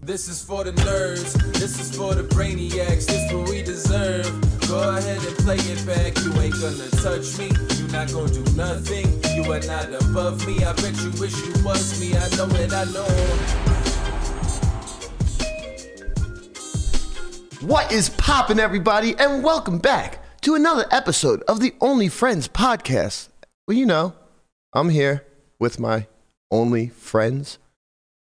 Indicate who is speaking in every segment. Speaker 1: This is for the nerds, this is for the brainiacs, this what we deserve. Go ahead and play it back, you ain't gonna touch me, you not gonna do nothing, you are not above me. I bet you wish you was me, I know it, I know.
Speaker 2: What is poppin', everybody, and welcome back to another episode of the Only Friends podcast. Well, you know, I'm here with my only friends,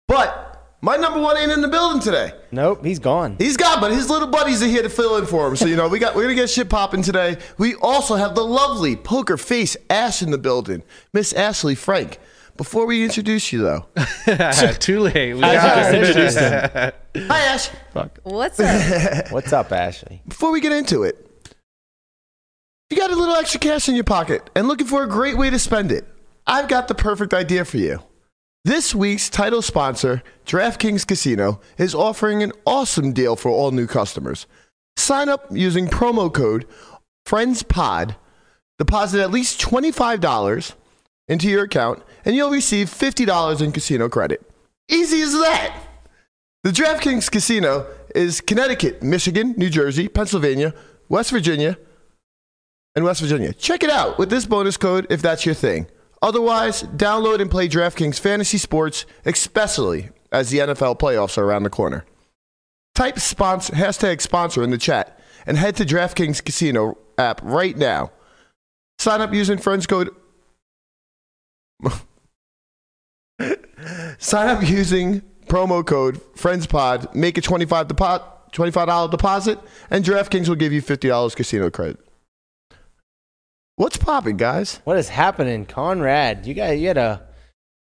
Speaker 2: but my number one ain't in the building today.
Speaker 3: Nope, he's gone.
Speaker 2: He's got, but his little buddies are here to fill in for him. So you know, we got we're gonna get shit popping today. We also have the lovely poker face Ash in the building, Miss Ashley Frank. Before we introduce you, though,
Speaker 4: Too late. We
Speaker 3: just introduced
Speaker 2: hi Ash.
Speaker 5: What's up?
Speaker 3: What's up, Ashley?
Speaker 2: before we get into it, if you got a little extra cash in your pocket and looking for a great way to spend it, I've got the perfect idea for you. This week's title sponsor, DraftKings Casino, is offering an awesome deal for all new customers. Sign up using promo code FRIENDSPOD, deposit at least $25 into your account, and you'll receive $50 in casino credit. Easy as that! The DraftKings Casino is Connecticut, Michigan, New Jersey, Pennsylvania, West Virginia, and West Virginia. Check it out with this bonus code if that's your thing. Otherwise, download and play DraftKings Fantasy Sports, especially as the NFL playoffs are around the corner. Type sponsor, hashtag sponsor in the chat and head to DraftKings Casino app right now. Sign up using friends code. Sign up using promo code FriendsPod. Make a $25 depo- $25 deposit, and DraftKings will give you $50 casino credit. What's popping, guys?
Speaker 3: What is happening, Conrad? You got you had a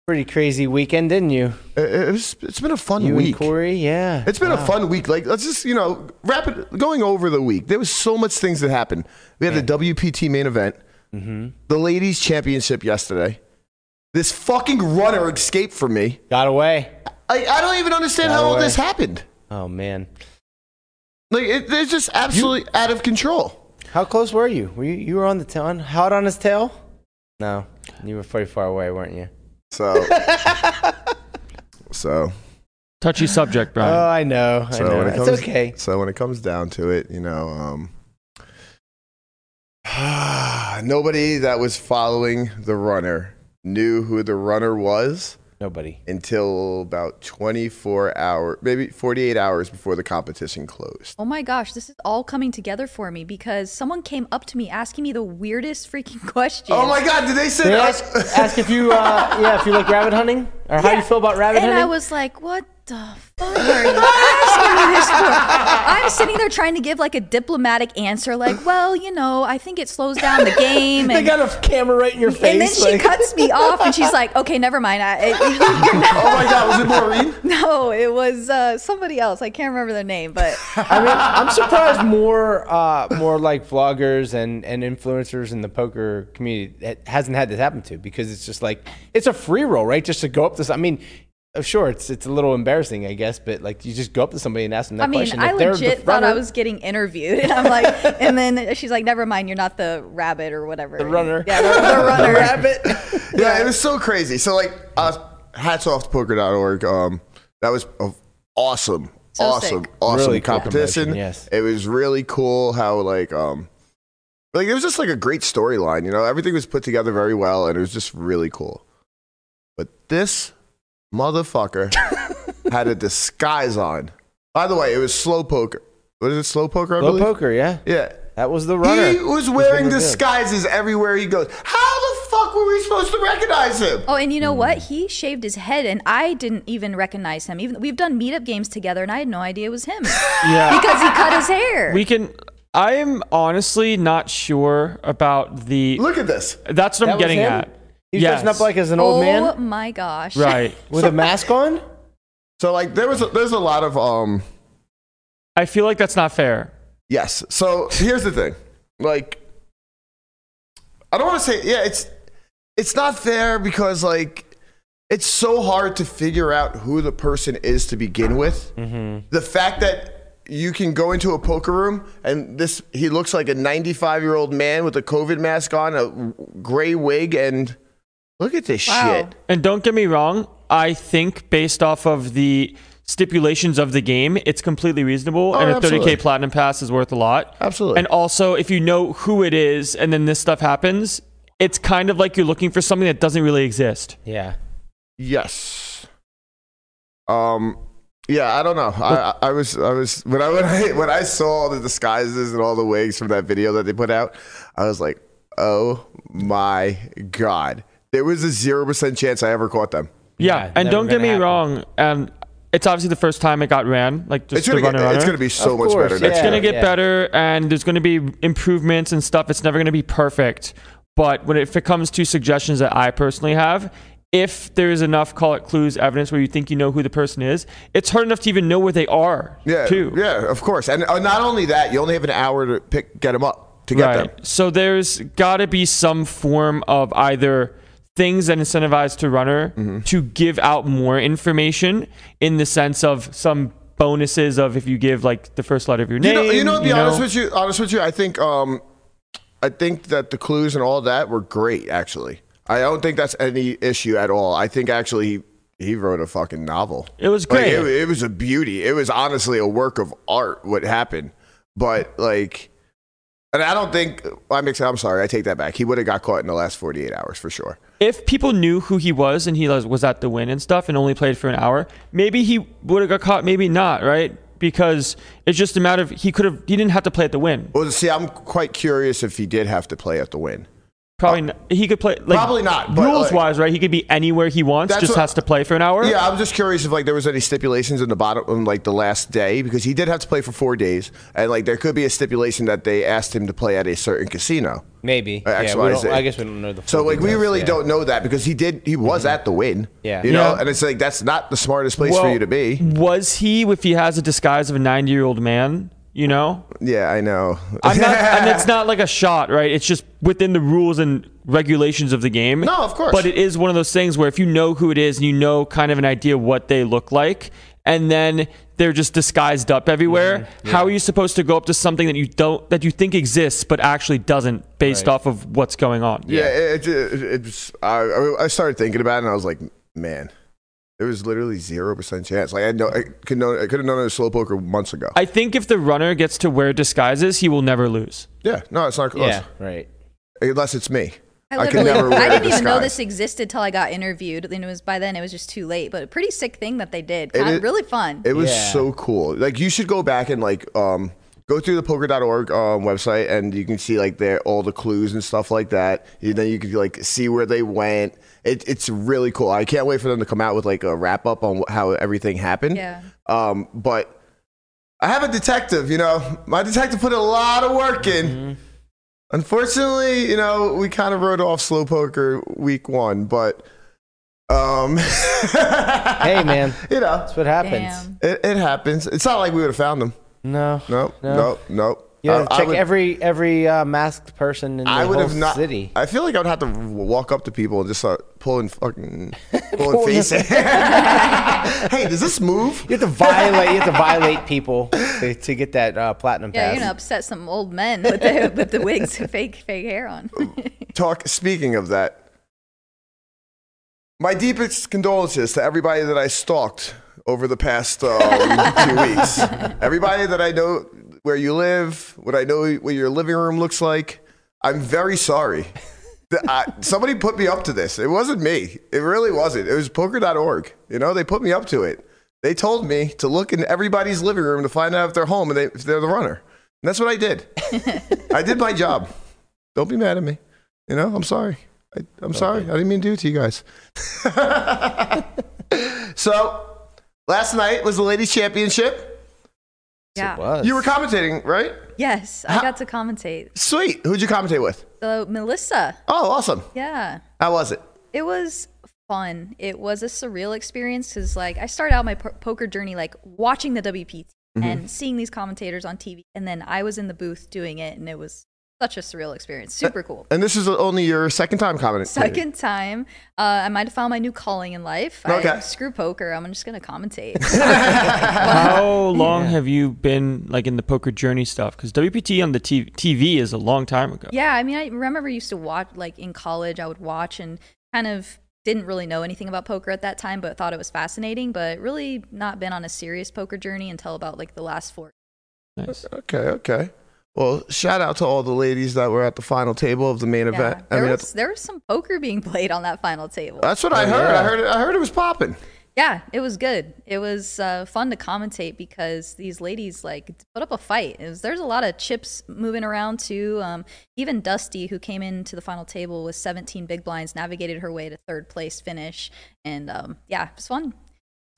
Speaker 3: pretty crazy weekend, didn't you?
Speaker 2: It- it- It's, it's been a fun
Speaker 3: you
Speaker 2: week.
Speaker 3: and Corey, yeah.
Speaker 2: It's been a
Speaker 3: Wow.
Speaker 2: fun week. Like, let's just, you know, rapid going over the week. There was so much things that happened. We had the WPT main event,
Speaker 3: Mm-hmm.
Speaker 2: the ladies' championship yesterday. This fucking runner escaped from me.
Speaker 3: Got away.
Speaker 2: I, I don't even understand
Speaker 3: Got
Speaker 2: how all
Speaker 3: away.
Speaker 2: this happened.
Speaker 3: Oh man,
Speaker 2: Like, it, it's just absolutely out of control.
Speaker 3: how close were you? Were you you were on the tail, hot on his tail? No, you were pretty far away, weren't you?
Speaker 2: So, so,
Speaker 4: Touchy subject, Brian.
Speaker 2: Uh,
Speaker 3: Oh, I know. I
Speaker 2: so
Speaker 3: know.
Speaker 2: when it
Speaker 3: It's
Speaker 2: comes,
Speaker 3: okay.
Speaker 2: So when it comes down to it, you know, um, nobody that was following the runner knew who the runner was
Speaker 3: Nobody.
Speaker 2: until about 24 hours, maybe 48 hours before the competition closed.
Speaker 5: Oh my gosh, this is all coming together for me because someone came up to me asking me the weirdest freaking question.
Speaker 2: Oh my God! Did they
Speaker 3: They
Speaker 2: send
Speaker 3: ask,
Speaker 2: us?
Speaker 3: ask if you, uh, yeah, if you like rabbit hunting or how you feel about rabbit
Speaker 5: and
Speaker 3: hunting.
Speaker 5: I was like, what the fuck are you asking me this for? I'm sitting there trying to give like a diplomatic answer, like, well, you know, I think it slows down the game.
Speaker 3: they
Speaker 5: And,
Speaker 3: got a camera right in your face.
Speaker 5: and then she
Speaker 3: like-
Speaker 5: cuts me off and she's like, okay, never mind. I, it,
Speaker 2: oh my God! Was it Maureen?
Speaker 5: no, it was uh, somebody else. I can't remember their name, but
Speaker 3: I mean, I'm surprised more uh, more like vloggers and, and influencers in the poker community that hasn't had this happen to because it's just like it's a free roll, right? Just to go up to some- I mean, uh, sure, it's it's a little embarrassing, I guess, but like you just go up to somebody and ask them that
Speaker 5: I mean,
Speaker 3: question.
Speaker 5: I
Speaker 3: If they're the
Speaker 5: legit thought I
Speaker 3: runner-
Speaker 5: was getting interviewed, and I'm like, and then she's like, "Never mind, you're not the rabbit or whatever." The
Speaker 3: runner.
Speaker 5: Yeah, the, the runner.
Speaker 2: yeah, it was so crazy. So like, uh, hats off to poker.org. Um, that was a awesome,
Speaker 5: So
Speaker 2: awesome,
Speaker 5: sick.
Speaker 2: awesome
Speaker 3: Really cool
Speaker 2: competition.
Speaker 3: promotion, yes.
Speaker 2: it was really cool how like um, like it was just like a great storyline. You know, everything was put together very well, and it was just really cool. But this motherfucker had a disguise on. By the way, it was slow poker. What is it? Slow poker, I
Speaker 3: Low
Speaker 2: believe.
Speaker 3: poker, yeah.
Speaker 2: Yeah.
Speaker 3: That was the runner.
Speaker 2: He was
Speaker 3: He's been
Speaker 2: wearing
Speaker 3: revealed.
Speaker 2: disguises everywhere he goes. How the fuck were we supposed to recognize him?
Speaker 5: Oh, and you know what? He shaved his head, and I didn't even recognize him. Even we've done meetup games together, and I had no idea it was him
Speaker 4: yeah.
Speaker 5: because he cut his hair.
Speaker 4: We can. I am honestly not sure about the.
Speaker 2: Look at this.
Speaker 4: that's what
Speaker 3: That
Speaker 4: I'm
Speaker 3: was
Speaker 4: getting
Speaker 3: him?
Speaker 4: at.
Speaker 3: He's
Speaker 4: Yes.
Speaker 3: dressed up like as an
Speaker 5: oh
Speaker 3: old man
Speaker 5: my gosh!
Speaker 4: Right.
Speaker 3: with a mask on.
Speaker 2: So like there was a, there's a lot of um
Speaker 4: I feel like that's not fair.
Speaker 2: yes. So here's the thing. Like I don't want to say yeah, it's it's not fair because like it's so hard to figure out who the person is to begin with. The fact that you can go into a poker room and this he looks like a 95-year-old man with a covid mask on, a gray wig and look at this
Speaker 5: Wow.
Speaker 2: shit.
Speaker 4: And don't get me wrong. I think based off of the stipulations of the game, it's completely reasonable,
Speaker 2: Oh,
Speaker 4: and a
Speaker 2: absolutely.
Speaker 4: 30k platinum pass is worth a lot.
Speaker 2: Absolutely.
Speaker 4: And also, if you know who it is, and then this stuff happens, it's kind of like you're looking for something that doesn't really exist.
Speaker 3: Yeah.
Speaker 2: Yes. Um. Yeah, I don't know. I, I I was I was when I when I when I saw all the disguises and all the wigs from that video that they put out, I was like, oh my god, there was a zero percent chance I ever caught them.
Speaker 4: Yeah,
Speaker 3: Yeah,
Speaker 4: and
Speaker 3: never
Speaker 4: don't get
Speaker 3: gonna
Speaker 4: me
Speaker 3: happen.
Speaker 4: wrong. Um, it's obviously the first time it got ran. Like just
Speaker 2: It's gonna
Speaker 4: the
Speaker 2: get,
Speaker 4: runner
Speaker 2: it's gonna be so
Speaker 3: Of
Speaker 2: much
Speaker 3: course,
Speaker 2: better.
Speaker 3: yeah.
Speaker 2: Next
Speaker 4: It's
Speaker 2: year.
Speaker 4: gonna get better, and there's gonna be improvements and stuff. It's never gonna be perfect, but when it, if it comes to suggestions that I personally have, if there is enough call it clues evidence where you think you know who the person is, it's hard enough to even know where they are.
Speaker 2: Yeah,
Speaker 4: too.
Speaker 2: yeah, of course. And uh, not only that, you only have an hour to pick get them up to get
Speaker 4: right.
Speaker 2: them.
Speaker 4: So there's got to be some form of either things that incentivize to runner
Speaker 2: Mm-hmm.
Speaker 4: to give out more information in the sense of some bonuses of if you give like the first letter of your
Speaker 2: You
Speaker 4: name.
Speaker 2: know, you know. To be honest
Speaker 4: know.
Speaker 2: with you, honest with you, I think um, I think that the clues and all that were great. Actually, I don't think that's any issue at all. I think actually he, he wrote a fucking novel.
Speaker 4: It was
Speaker 2: Like,
Speaker 4: great.
Speaker 2: it, it was a beauty. It was honestly a work of art. What happened, but like. And I don't think I'm. ex- I'm sorry. I take that back. He would have got caught in the last 48 hours for sure.
Speaker 4: if people knew who he was and he was, was at the win and stuff and only played for an hour, maybe he would have got caught, maybe not, right? Because it's just a matter of he could have he didn't have to play at the win.
Speaker 2: Well, see, I'm quite curious if he did have to play at the win.
Speaker 4: Probably not, he could play like,
Speaker 2: Probably not, but, like-
Speaker 4: rules wise, right? He could be anywhere he wants,
Speaker 2: That's
Speaker 4: just
Speaker 2: what-
Speaker 4: has to play for an hour.
Speaker 2: Yeah, I'm just curious if like there was any stipulations in the bottom, in, like the last day, because he did have to play for four days, and like there could be a stipulation that they asked him to play at a certain casino.
Speaker 3: Maybe.
Speaker 2: Uh,
Speaker 3: yeah,
Speaker 2: X,
Speaker 3: we
Speaker 2: Y,
Speaker 3: don't-
Speaker 2: Z.
Speaker 3: I guess we don't know the.
Speaker 2: So
Speaker 3: full
Speaker 2: like we
Speaker 3: details,
Speaker 2: really
Speaker 3: yeah. Mm-hmm.
Speaker 2: don't know that because he did he was at the win.
Speaker 3: Yeah.
Speaker 2: you know,
Speaker 4: Yeah.
Speaker 2: and it's like that's not the smartest place for
Speaker 4: Well,
Speaker 2: you to be.
Speaker 4: Was he, if he has a disguise of a 90 year old man, you know?
Speaker 2: Yeah, I know.
Speaker 4: I'm not, and it's not like a shot, right? It's just within the rules and regulations of the game.
Speaker 2: No, of course.
Speaker 4: But it is one of those things where if you know who it is and you know kind of an idea what they look like, and then they're just disguised up everywhere,
Speaker 2: Mm-hmm.
Speaker 4: how are you supposed to go up to something that you don't, that you think exists but actually doesn't based off of what's going on?
Speaker 2: yeah, it, it, it's. I- I, I started thinking about it, and I was like, man, there was literally zero percent chance. Like I know I could know I could have known it was slowpoker months ago.
Speaker 4: I think if the runner gets to wear disguises, he will never lose.
Speaker 2: yeah, no, it's not close.
Speaker 3: Yeah. Right.
Speaker 2: Unless it's me.
Speaker 5: I
Speaker 2: I could
Speaker 5: literally, I,
Speaker 2: never wear a
Speaker 5: didn't even know
Speaker 2: disguise.
Speaker 5: this existed till I got interviewed. And it was by then it was just too late. But a pretty sick thing that they did.
Speaker 2: It
Speaker 5: Kind
Speaker 2: is-
Speaker 5: really fun.
Speaker 2: It was
Speaker 3: Yeah.
Speaker 2: so cool. Like you should go back and like um go through the poker.org um, website and you can see like there all the clues and stuff like that. You then you can like see where they went. It, it's really cool. I can't wait for them to come out with like a wrap up on wh- how everything happened.
Speaker 5: Yeah.
Speaker 2: Um, but I have a detective. You know, my detective put a lot of work in. Unfortunately, you know, we kind of wrote off slow poker week one, but um,
Speaker 3: Hey man,
Speaker 2: you know,
Speaker 3: that's what happens.
Speaker 5: Damn.
Speaker 2: it, it happens. It's not like we would have found them.
Speaker 3: No.
Speaker 2: Nope.
Speaker 3: No.
Speaker 2: Nope. Nope.
Speaker 3: You
Speaker 2: I-
Speaker 3: gotta
Speaker 2: Uh, I
Speaker 3: check
Speaker 2: would-
Speaker 3: every every uh, masked person in the
Speaker 2: I would
Speaker 3: whole
Speaker 2: have not.
Speaker 3: city.
Speaker 2: I feel like I would have to w- walk up to people and just start pulling fucking pulling
Speaker 3: Pulling
Speaker 2: faces. hey, does this move?
Speaker 3: You have to violate. You have to violate people to, to get that uh, platinum
Speaker 5: Yeah,
Speaker 3: pass.
Speaker 5: you're gonna upset some old men with the with the wigs, and fake fake hair on.
Speaker 2: Talk. Speaking of that, my deepest condolences to everybody that I stalked over the past um, few weeks. Everybody that I know where you live, what I know what your living room looks like. I'm very sorry. The- I, somebody put me up to this. It wasn't me. It really wasn't. It was poker.org. You know, they put me up to it. They told me to look in everybody's living room to find out if they're home and they, if they're the runner. And that's what I did. I did my job. Don't be mad at me. You know, I'm sorry. I, I'm sorry. I didn't mean to do it to you guys. so, last night was the ladies' championship.
Speaker 5: Yeah.
Speaker 3: Was.
Speaker 2: You were commentating, right?
Speaker 5: Yes, I got to commentate.
Speaker 2: Sweet. Who'd you commentate with?
Speaker 5: So Melissa,
Speaker 2: Oh, awesome.
Speaker 5: yeah,
Speaker 2: How was it?
Speaker 5: it was fun. It was a surreal experience because like I started out my po- poker journey like watching the WPT and seeing these commentators on TV, and then I was in the booth doing it, and it was such a surreal experience. Super cool.
Speaker 2: And this is only your second time commentating.
Speaker 5: Second time, uh, I might have found my new calling in life. I-
Speaker 2: Okay.
Speaker 5: screw poker. I'm just gonna commentate.
Speaker 4: How long have you been like in the poker journey stuff? Because WPT on the T- TV is a long time ago.
Speaker 5: Yeah, I mean, I remember I used to watch like in college. I would watch and kind of didn't really know anything about poker at that time, but thought it was fascinating. But really, not been on a serious poker journey until about like the last four.
Speaker 4: Nice.
Speaker 2: Okay, okay. Well, shout out to all the ladies that were at the final table of the main event. I
Speaker 5: there
Speaker 2: mean, at
Speaker 5: was there was some poker being played on that final table.
Speaker 2: the- that's what I
Speaker 3: Oh,
Speaker 2: heard.
Speaker 3: yeah.
Speaker 2: I heard. It, I heard it was popping.
Speaker 5: Yeah, it was good. It was uh, fun to commentate because these ladies like put up a fight. It was, there's a lot of chips moving around too. Um, even Dusty, who came into the final table with 17 big blinds, navigated her way to third place finish, and um, yeah, it was fun.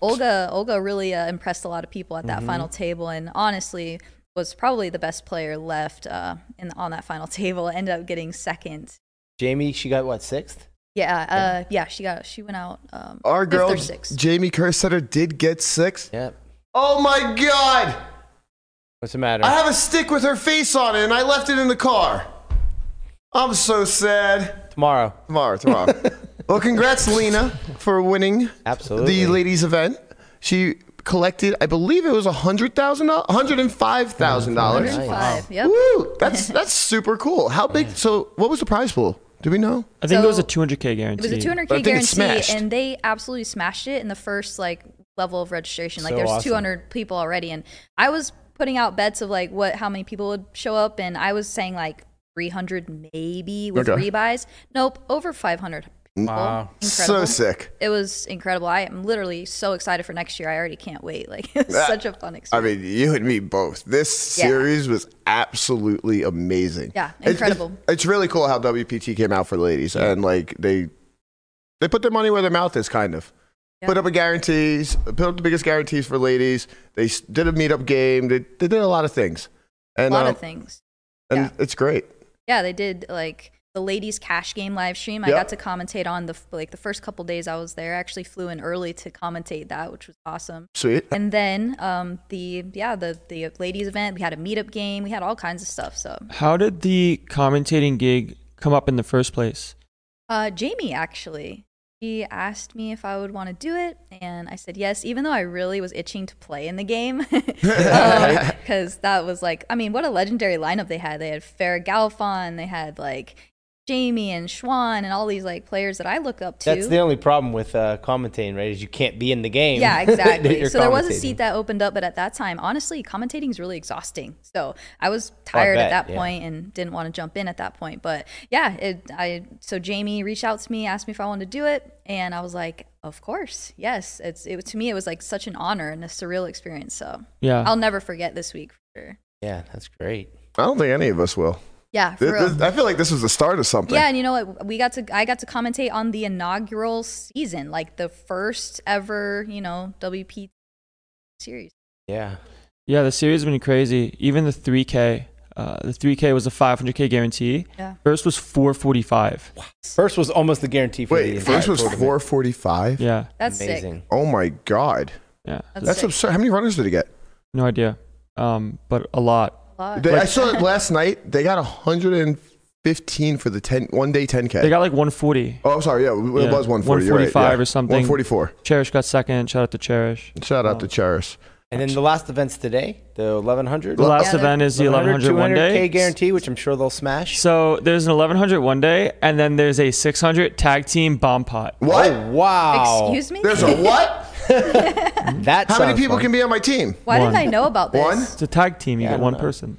Speaker 5: Olga Olga really uh, impressed a lot of people at that
Speaker 2: Mm-hmm.
Speaker 5: final table, and honestly was probably the best player left uh, in on that final table. Ended up getting second.
Speaker 3: Jamie, she got what sixth?
Speaker 5: Yeah, uh, yeah, she got she went out. Um,
Speaker 2: Our
Speaker 5: fifth or
Speaker 2: girl
Speaker 5: sixth.
Speaker 2: Jamie Kersetter did get six.
Speaker 3: Yeah.
Speaker 2: Oh my god!
Speaker 3: What's the matter?
Speaker 2: I have a stick with her face on it, and I left it in the car. I'm so sad.
Speaker 3: Tomorrow.
Speaker 2: Tomorrow, tomorrow. well, congrats, Lena, for winning
Speaker 3: Absolutely.
Speaker 2: the ladies' event. She collected, I believe it was a hundred thousand dollars, hundred and five thousand dollars.
Speaker 3: Nice.
Speaker 5: Five. Yep.
Speaker 2: Woo! That's that's super cool. How big? So, what was the prize pool? Do we know?
Speaker 4: I think it was a
Speaker 5: So-
Speaker 4: 200k guarantee.
Speaker 5: It was a 200k
Speaker 2: But I think it's smashed.
Speaker 5: guarantee, and they absolutely smashed it in the first like level of registration. Like
Speaker 3: So
Speaker 5: there's
Speaker 3: awesome.
Speaker 5: 200 people already, and I was putting out bets of like what how many people would show up, and I was saying like 300 maybe with
Speaker 2: Okay.
Speaker 5: rebuys. Nope, over 500.
Speaker 2: Mm-hmm.
Speaker 5: People.
Speaker 3: Wow.
Speaker 5: Incredible.
Speaker 2: So sick.
Speaker 5: It was incredible. I am literally so excited for next year. I already can't wait. Like it's
Speaker 2: Ah,
Speaker 5: such a fun experience.
Speaker 2: I mean, you and me both. This
Speaker 5: Yeah.
Speaker 2: series was absolutely amazing.
Speaker 5: Yeah,
Speaker 2: It's-
Speaker 5: incredible.
Speaker 2: It's, it's really cool how WPT came out for ladies and like they they put their money where their mouth is, kind of.
Speaker 5: Yeah.
Speaker 2: Put up a guarantees, put up the biggest guarantees for ladies. They s- did a meetup game. They, they did a lot of things,
Speaker 5: a
Speaker 2: and
Speaker 5: lot
Speaker 2: um,
Speaker 5: of things.
Speaker 2: and
Speaker 5: yeah.
Speaker 2: it's great.
Speaker 5: Yeah, they did like the ladies cash game live stream. I
Speaker 2: Yep.
Speaker 5: got to commentate on the f- like the first couple days I was there. I actually flew in early to commentate that, which was awesome.
Speaker 2: Sweet.
Speaker 5: And then um, the yeah the the ladies event. We had a meetup game. We had all kinds of stuff. So
Speaker 4: How did the commentating gig come up in the first place?
Speaker 5: uh, Jamie actually. She asked me if I would want to do it, and I said yes, even though I really was itching to play in the game. Because that was like, I mean, what a legendary lineup they had. They had Farrah Galfon, they had like Jamie and Schwan, and all these like players that I look up to.
Speaker 3: That's the only problem with uh, commentating, right? Is you can't be in the game.
Speaker 5: Yeah,
Speaker 3: that
Speaker 5: exactly.
Speaker 3: you're
Speaker 5: so there was a
Speaker 3: commentating.
Speaker 5: seat that opened up, but at that time, honestly, commentating is really exhausting. So I was tired
Speaker 3: Oh, bet,
Speaker 5: at that
Speaker 3: yeah.
Speaker 5: point and didn't want to jump in at that point. But yeah, it, I so Jamie reached out to me, asked me if I wanted to do it, and I was like, of course, yes. It's it to me, it was like such an honor and a surreal experience. So
Speaker 4: Yeah.
Speaker 5: I'll never forget this week for sure.
Speaker 3: Yeah, that's great.
Speaker 2: I don't think any of us will.
Speaker 5: Yeah, for
Speaker 2: Th-
Speaker 5: real.
Speaker 2: th- I feel like this was the start of something.
Speaker 5: Yeah, and you know what? We got to I got to commentate on the inaugural season, like the first ever, you know, WP series.
Speaker 3: Yeah.
Speaker 4: Yeah, the series has been crazy. Even the 3K, uh, the 3K was a 500K guarantee.
Speaker 5: Yeah.
Speaker 4: First was 445.
Speaker 3: First was almost the guarantee for the
Speaker 2: Wait,
Speaker 3: entire
Speaker 2: first was
Speaker 3: tournament.
Speaker 2: 445.
Speaker 4: Yeah,
Speaker 5: That's sick.
Speaker 3: Amazing.
Speaker 2: Oh my god,
Speaker 4: yeah.
Speaker 2: that's
Speaker 5: sick.
Speaker 2: absurd. How many runners did he get?
Speaker 4: No idea, um, but a lot.
Speaker 5: A lot.
Speaker 2: They, I saw it last night. They got 115 for the 10 one day 10k.
Speaker 4: They got like 140.
Speaker 2: oh, I'm sorry. Yeah, it
Speaker 4: Yeah,
Speaker 2: was 140. you're right,
Speaker 4: 145
Speaker 2: yeah.
Speaker 4: or something.
Speaker 2: 144.
Speaker 4: Cherish got second. Shout out to Cherish.
Speaker 2: Shout out
Speaker 4: Oh.
Speaker 2: to Charis.
Speaker 3: And then the last event's today, the 1100.
Speaker 4: The last
Speaker 5: Yeah,
Speaker 4: event is the 1100 one
Speaker 3: 200K
Speaker 4: day.
Speaker 3: guarantee, which I'm sure they'll smash.
Speaker 4: So there's an 1100 one day, and then there's a 600 tag team bomb pot.
Speaker 2: What?
Speaker 3: Oh, wow.
Speaker 5: Excuse me?
Speaker 2: There's a what?
Speaker 3: That
Speaker 2: How many
Speaker 3: sounds
Speaker 2: people
Speaker 3: fun.
Speaker 2: can be on my team?
Speaker 5: Why
Speaker 4: One.
Speaker 5: didn't I know about this?
Speaker 2: One?
Speaker 4: It's a tag team. You
Speaker 3: Yeah, I
Speaker 4: get
Speaker 3: don't
Speaker 4: one
Speaker 3: know.
Speaker 4: person,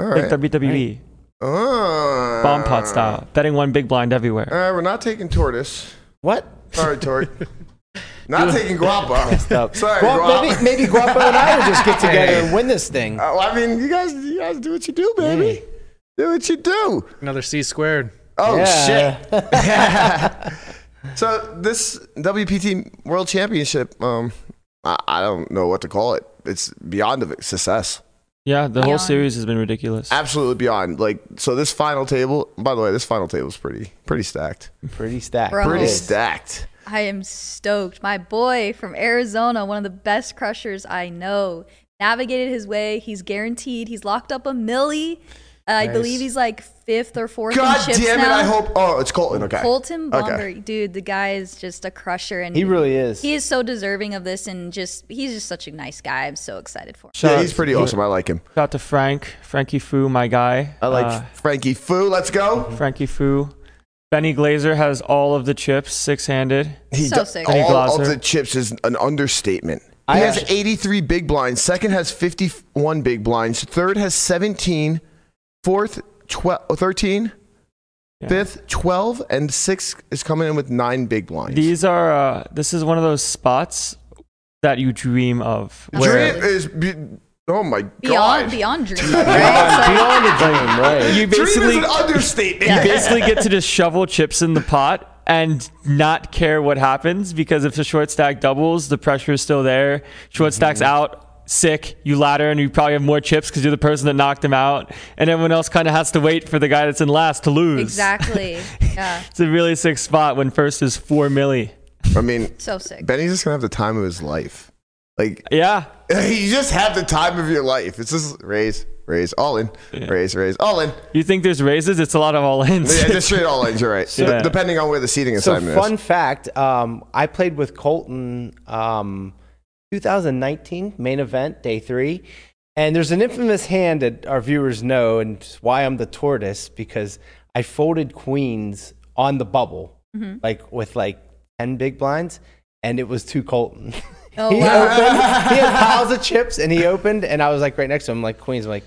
Speaker 2: All right.
Speaker 4: like WWE
Speaker 2: Oh.
Speaker 4: E, bomb pot style, betting one big blind
Speaker 2: All
Speaker 4: everywhere.
Speaker 2: right, we're not taking Tortoise.
Speaker 3: What?
Speaker 2: Sorry, Tort. not taking Guapa.
Speaker 3: Stop.
Speaker 2: Sorry,
Speaker 3: Guap-
Speaker 2: Guapa.
Speaker 3: maybe, maybe Guapo and I would just get together and win this thing.
Speaker 2: Oh, I mean, you guys, you guys do what you do, baby. Do what you do.
Speaker 6: Another C squared.
Speaker 2: Oh
Speaker 3: Yeah.
Speaker 2: shit! so this WPT World Championship, um, I, I don't know what to call it. It's beyond of success,
Speaker 4: Yeah, the whole
Speaker 5: Beyond.
Speaker 4: series has been ridiculous.
Speaker 2: absolutely beyond. Like, so this final table. By the way, this final table is pretty, pretty stacked.
Speaker 3: Pretty stacked.
Speaker 5: Bro.
Speaker 2: Pretty
Speaker 5: Oh.
Speaker 2: stacked.
Speaker 5: I am stoked. My boy from Arizona, one of the best crushers I know, navigated his way. He's guaranteed. He's locked up a millie. Uh, I
Speaker 3: Nice.
Speaker 5: believe he's like fifth or fourth
Speaker 2: God
Speaker 5: in chips
Speaker 2: damn it!
Speaker 5: now.
Speaker 2: I hope. Oh, it's Colton. Okay.
Speaker 5: Colton
Speaker 2: Okay.
Speaker 5: Bomber, dude, the guy is just a crusher, and
Speaker 3: He really is.
Speaker 5: he is so deserving of this, and just he's just such a nice guy. I'm so excited for him.
Speaker 4: Shout
Speaker 2: Yeah,
Speaker 4: out-
Speaker 2: he's pretty awesome. I like him.
Speaker 4: Shout out to Frank, Frankie Fu, my guy.
Speaker 2: I like
Speaker 4: Uh,
Speaker 2: Frankie Foo. Let's go.
Speaker 4: Frankie Fu. Benny Glazer has all of the chips six handed.
Speaker 2: He oh,
Speaker 5: So
Speaker 2: do-
Speaker 5: sick. Any
Speaker 2: All of
Speaker 4: Glosser?
Speaker 2: the chips is an understatement. He
Speaker 3: I
Speaker 2: has
Speaker 3: actually-
Speaker 2: 83 big blinds. Second has 51 big blinds. Third has 17. Fourth, 12, 13.
Speaker 4: Yeah.
Speaker 2: Fifth, 12. And sixth is coming in with nine big blinds.
Speaker 4: These are, uh, this is one of those spots that you dream of.
Speaker 2: Dream
Speaker 4: Where
Speaker 2: is. Be- oh my
Speaker 5: Beyond
Speaker 2: God.
Speaker 5: beyond dream, right? It's like-
Speaker 3: Beyond a dream, right?
Speaker 4: you
Speaker 2: Dream is
Speaker 4: basically,
Speaker 2: an understatement.
Speaker 4: you basically get to just shovel chips in the pot and not care what happens because if the short stack doubles, the pressure is still there. Short
Speaker 3: Mm-hmm.
Speaker 4: stack's out. Sick, you ladder, and you probably have more chips because you're the person that knocked him out, and everyone else kind of has to wait for the guy that's in last to lose.
Speaker 5: exactly. Yeah.
Speaker 4: It's a really sick spot when first is four milli.
Speaker 2: I mean,
Speaker 5: So sick.
Speaker 2: Benny's just going to have the time of his life. Like,
Speaker 4: Yeah,
Speaker 2: you just have the time of your life. It's just raise, raise, all in, raise, raise, all in.
Speaker 4: you think there's raises? It's a lot of all ins.
Speaker 2: Yeah, just straight all ins. You're right.
Speaker 4: Yeah.
Speaker 2: D- depending on where the seating
Speaker 3: So
Speaker 2: assignment
Speaker 3: fun
Speaker 2: is.
Speaker 3: fact, um, I played with Colton um, 2019 main event day three, and there's an infamous hand that our viewers know, and it's why I'm the tortoise because I folded queens on the bubble, like with like ten big blinds, and it was to Colton.
Speaker 5: Oh,
Speaker 3: he
Speaker 5: wow.
Speaker 3: opened, he had piles of chips, and he opened, and I was like right next to him, like queens, I'm like.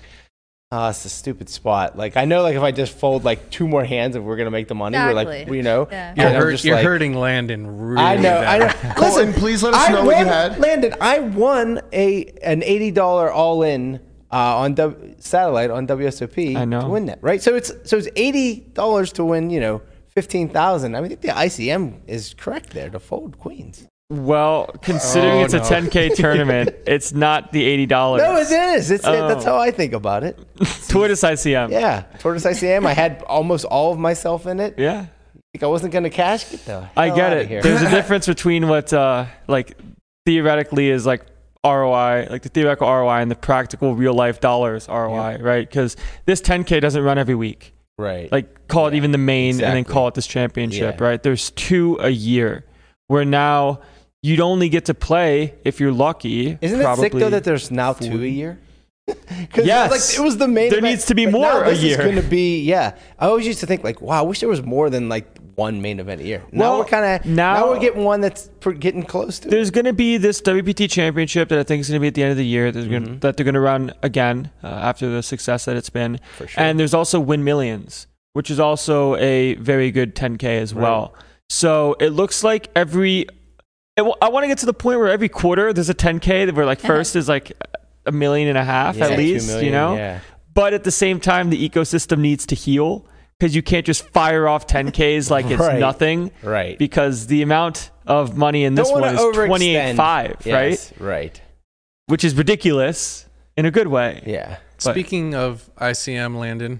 Speaker 3: Ah, it's a stupid spot. Like I know, like if I just fold like two more hands, if we're gonna make the money, we're like,
Speaker 5: Exactly.
Speaker 3: you know,
Speaker 5: Yeah.
Speaker 3: and
Speaker 6: You're,
Speaker 3: I'm
Speaker 6: hurt-
Speaker 3: just
Speaker 6: you're
Speaker 3: like-
Speaker 6: hurting Landon really
Speaker 3: I know. I
Speaker 6: bad.
Speaker 3: know.
Speaker 2: Colton, please let us
Speaker 3: I
Speaker 2: know what you
Speaker 3: won-
Speaker 2: had.
Speaker 3: Landon, I won a an eighty dollar all in uh, on w, satellite on WSOP
Speaker 4: I know.
Speaker 3: to win that. Right. So it's so it's eighty dollars to win. You know, fifteen thousand. I mean, I think the ICM is correct there to fold queens.
Speaker 4: Well, considering
Speaker 6: Oh,
Speaker 4: it's a
Speaker 6: no.
Speaker 4: 10k tournament, it's not the eighty dollars.
Speaker 3: No, it is. It's it. that's
Speaker 4: Oh.
Speaker 3: how I think about it.
Speaker 4: Tortoise ICM.
Speaker 3: Yeah, tortoise ICM. I had almost all of myself in it.
Speaker 4: Yeah.
Speaker 3: Think I wasn't gonna cash it though.
Speaker 4: I get it.
Speaker 3: Here.
Speaker 4: There's a difference between what uh, like theoretically is like ROI, like the theoretical ROI, and the practical real life dollars ROI, right? Because this 10k doesn't run every week.
Speaker 3: right.
Speaker 4: Like call it even the main and then
Speaker 3: exactly.
Speaker 4: call it this championship,
Speaker 3: Yeah.
Speaker 4: right? There's two a year where now you'd only get to play if you're lucky.
Speaker 3: Isn't it sick though
Speaker 4: probably
Speaker 3: that there's now two a
Speaker 4: 40.
Speaker 3: year? 'Cause
Speaker 4: Yes.
Speaker 3: like, it was the main.
Speaker 4: There
Speaker 3: event,
Speaker 4: needs to be
Speaker 3: but
Speaker 4: more
Speaker 3: now
Speaker 4: a
Speaker 3: this
Speaker 4: year.
Speaker 3: Going to be yeah. I always used to think like, wow, I wish there was more than like one main event a year. Now
Speaker 4: Well,
Speaker 3: we're kind of now,
Speaker 4: now-
Speaker 3: we're getting one that's pr- getting close to. it.
Speaker 4: There's going to be this WPT championship that I think is going to be at the end of the year that, gonna,
Speaker 3: Mm-hmm.
Speaker 4: that they're going to run again uh, after the success that it's been. For
Speaker 3: sure.
Speaker 4: And there's also Win Millions, which is also a very good 10K as well. So it looks like every. It, will- I want to get to the point where every quarter there's a 10K that we're like first is like a million and a half
Speaker 3: Yeah,
Speaker 4: at
Speaker 3: two
Speaker 4: least, you
Speaker 3: million,
Speaker 4: know?
Speaker 3: yeah.
Speaker 4: But at the same time, the ecosystem needs to heal because you can't just fire off 10Ks like it's
Speaker 3: Right.
Speaker 4: nothing
Speaker 3: Right.
Speaker 4: because the amount of money in this
Speaker 3: Don't
Speaker 4: one
Speaker 3: wanna
Speaker 4: is
Speaker 3: overextend.
Speaker 4: 28.5, right?
Speaker 3: Yes, Right.
Speaker 4: Which is ridiculous in a good way.
Speaker 3: Yeah.
Speaker 4: But-
Speaker 6: Speaking of ICM, Landon,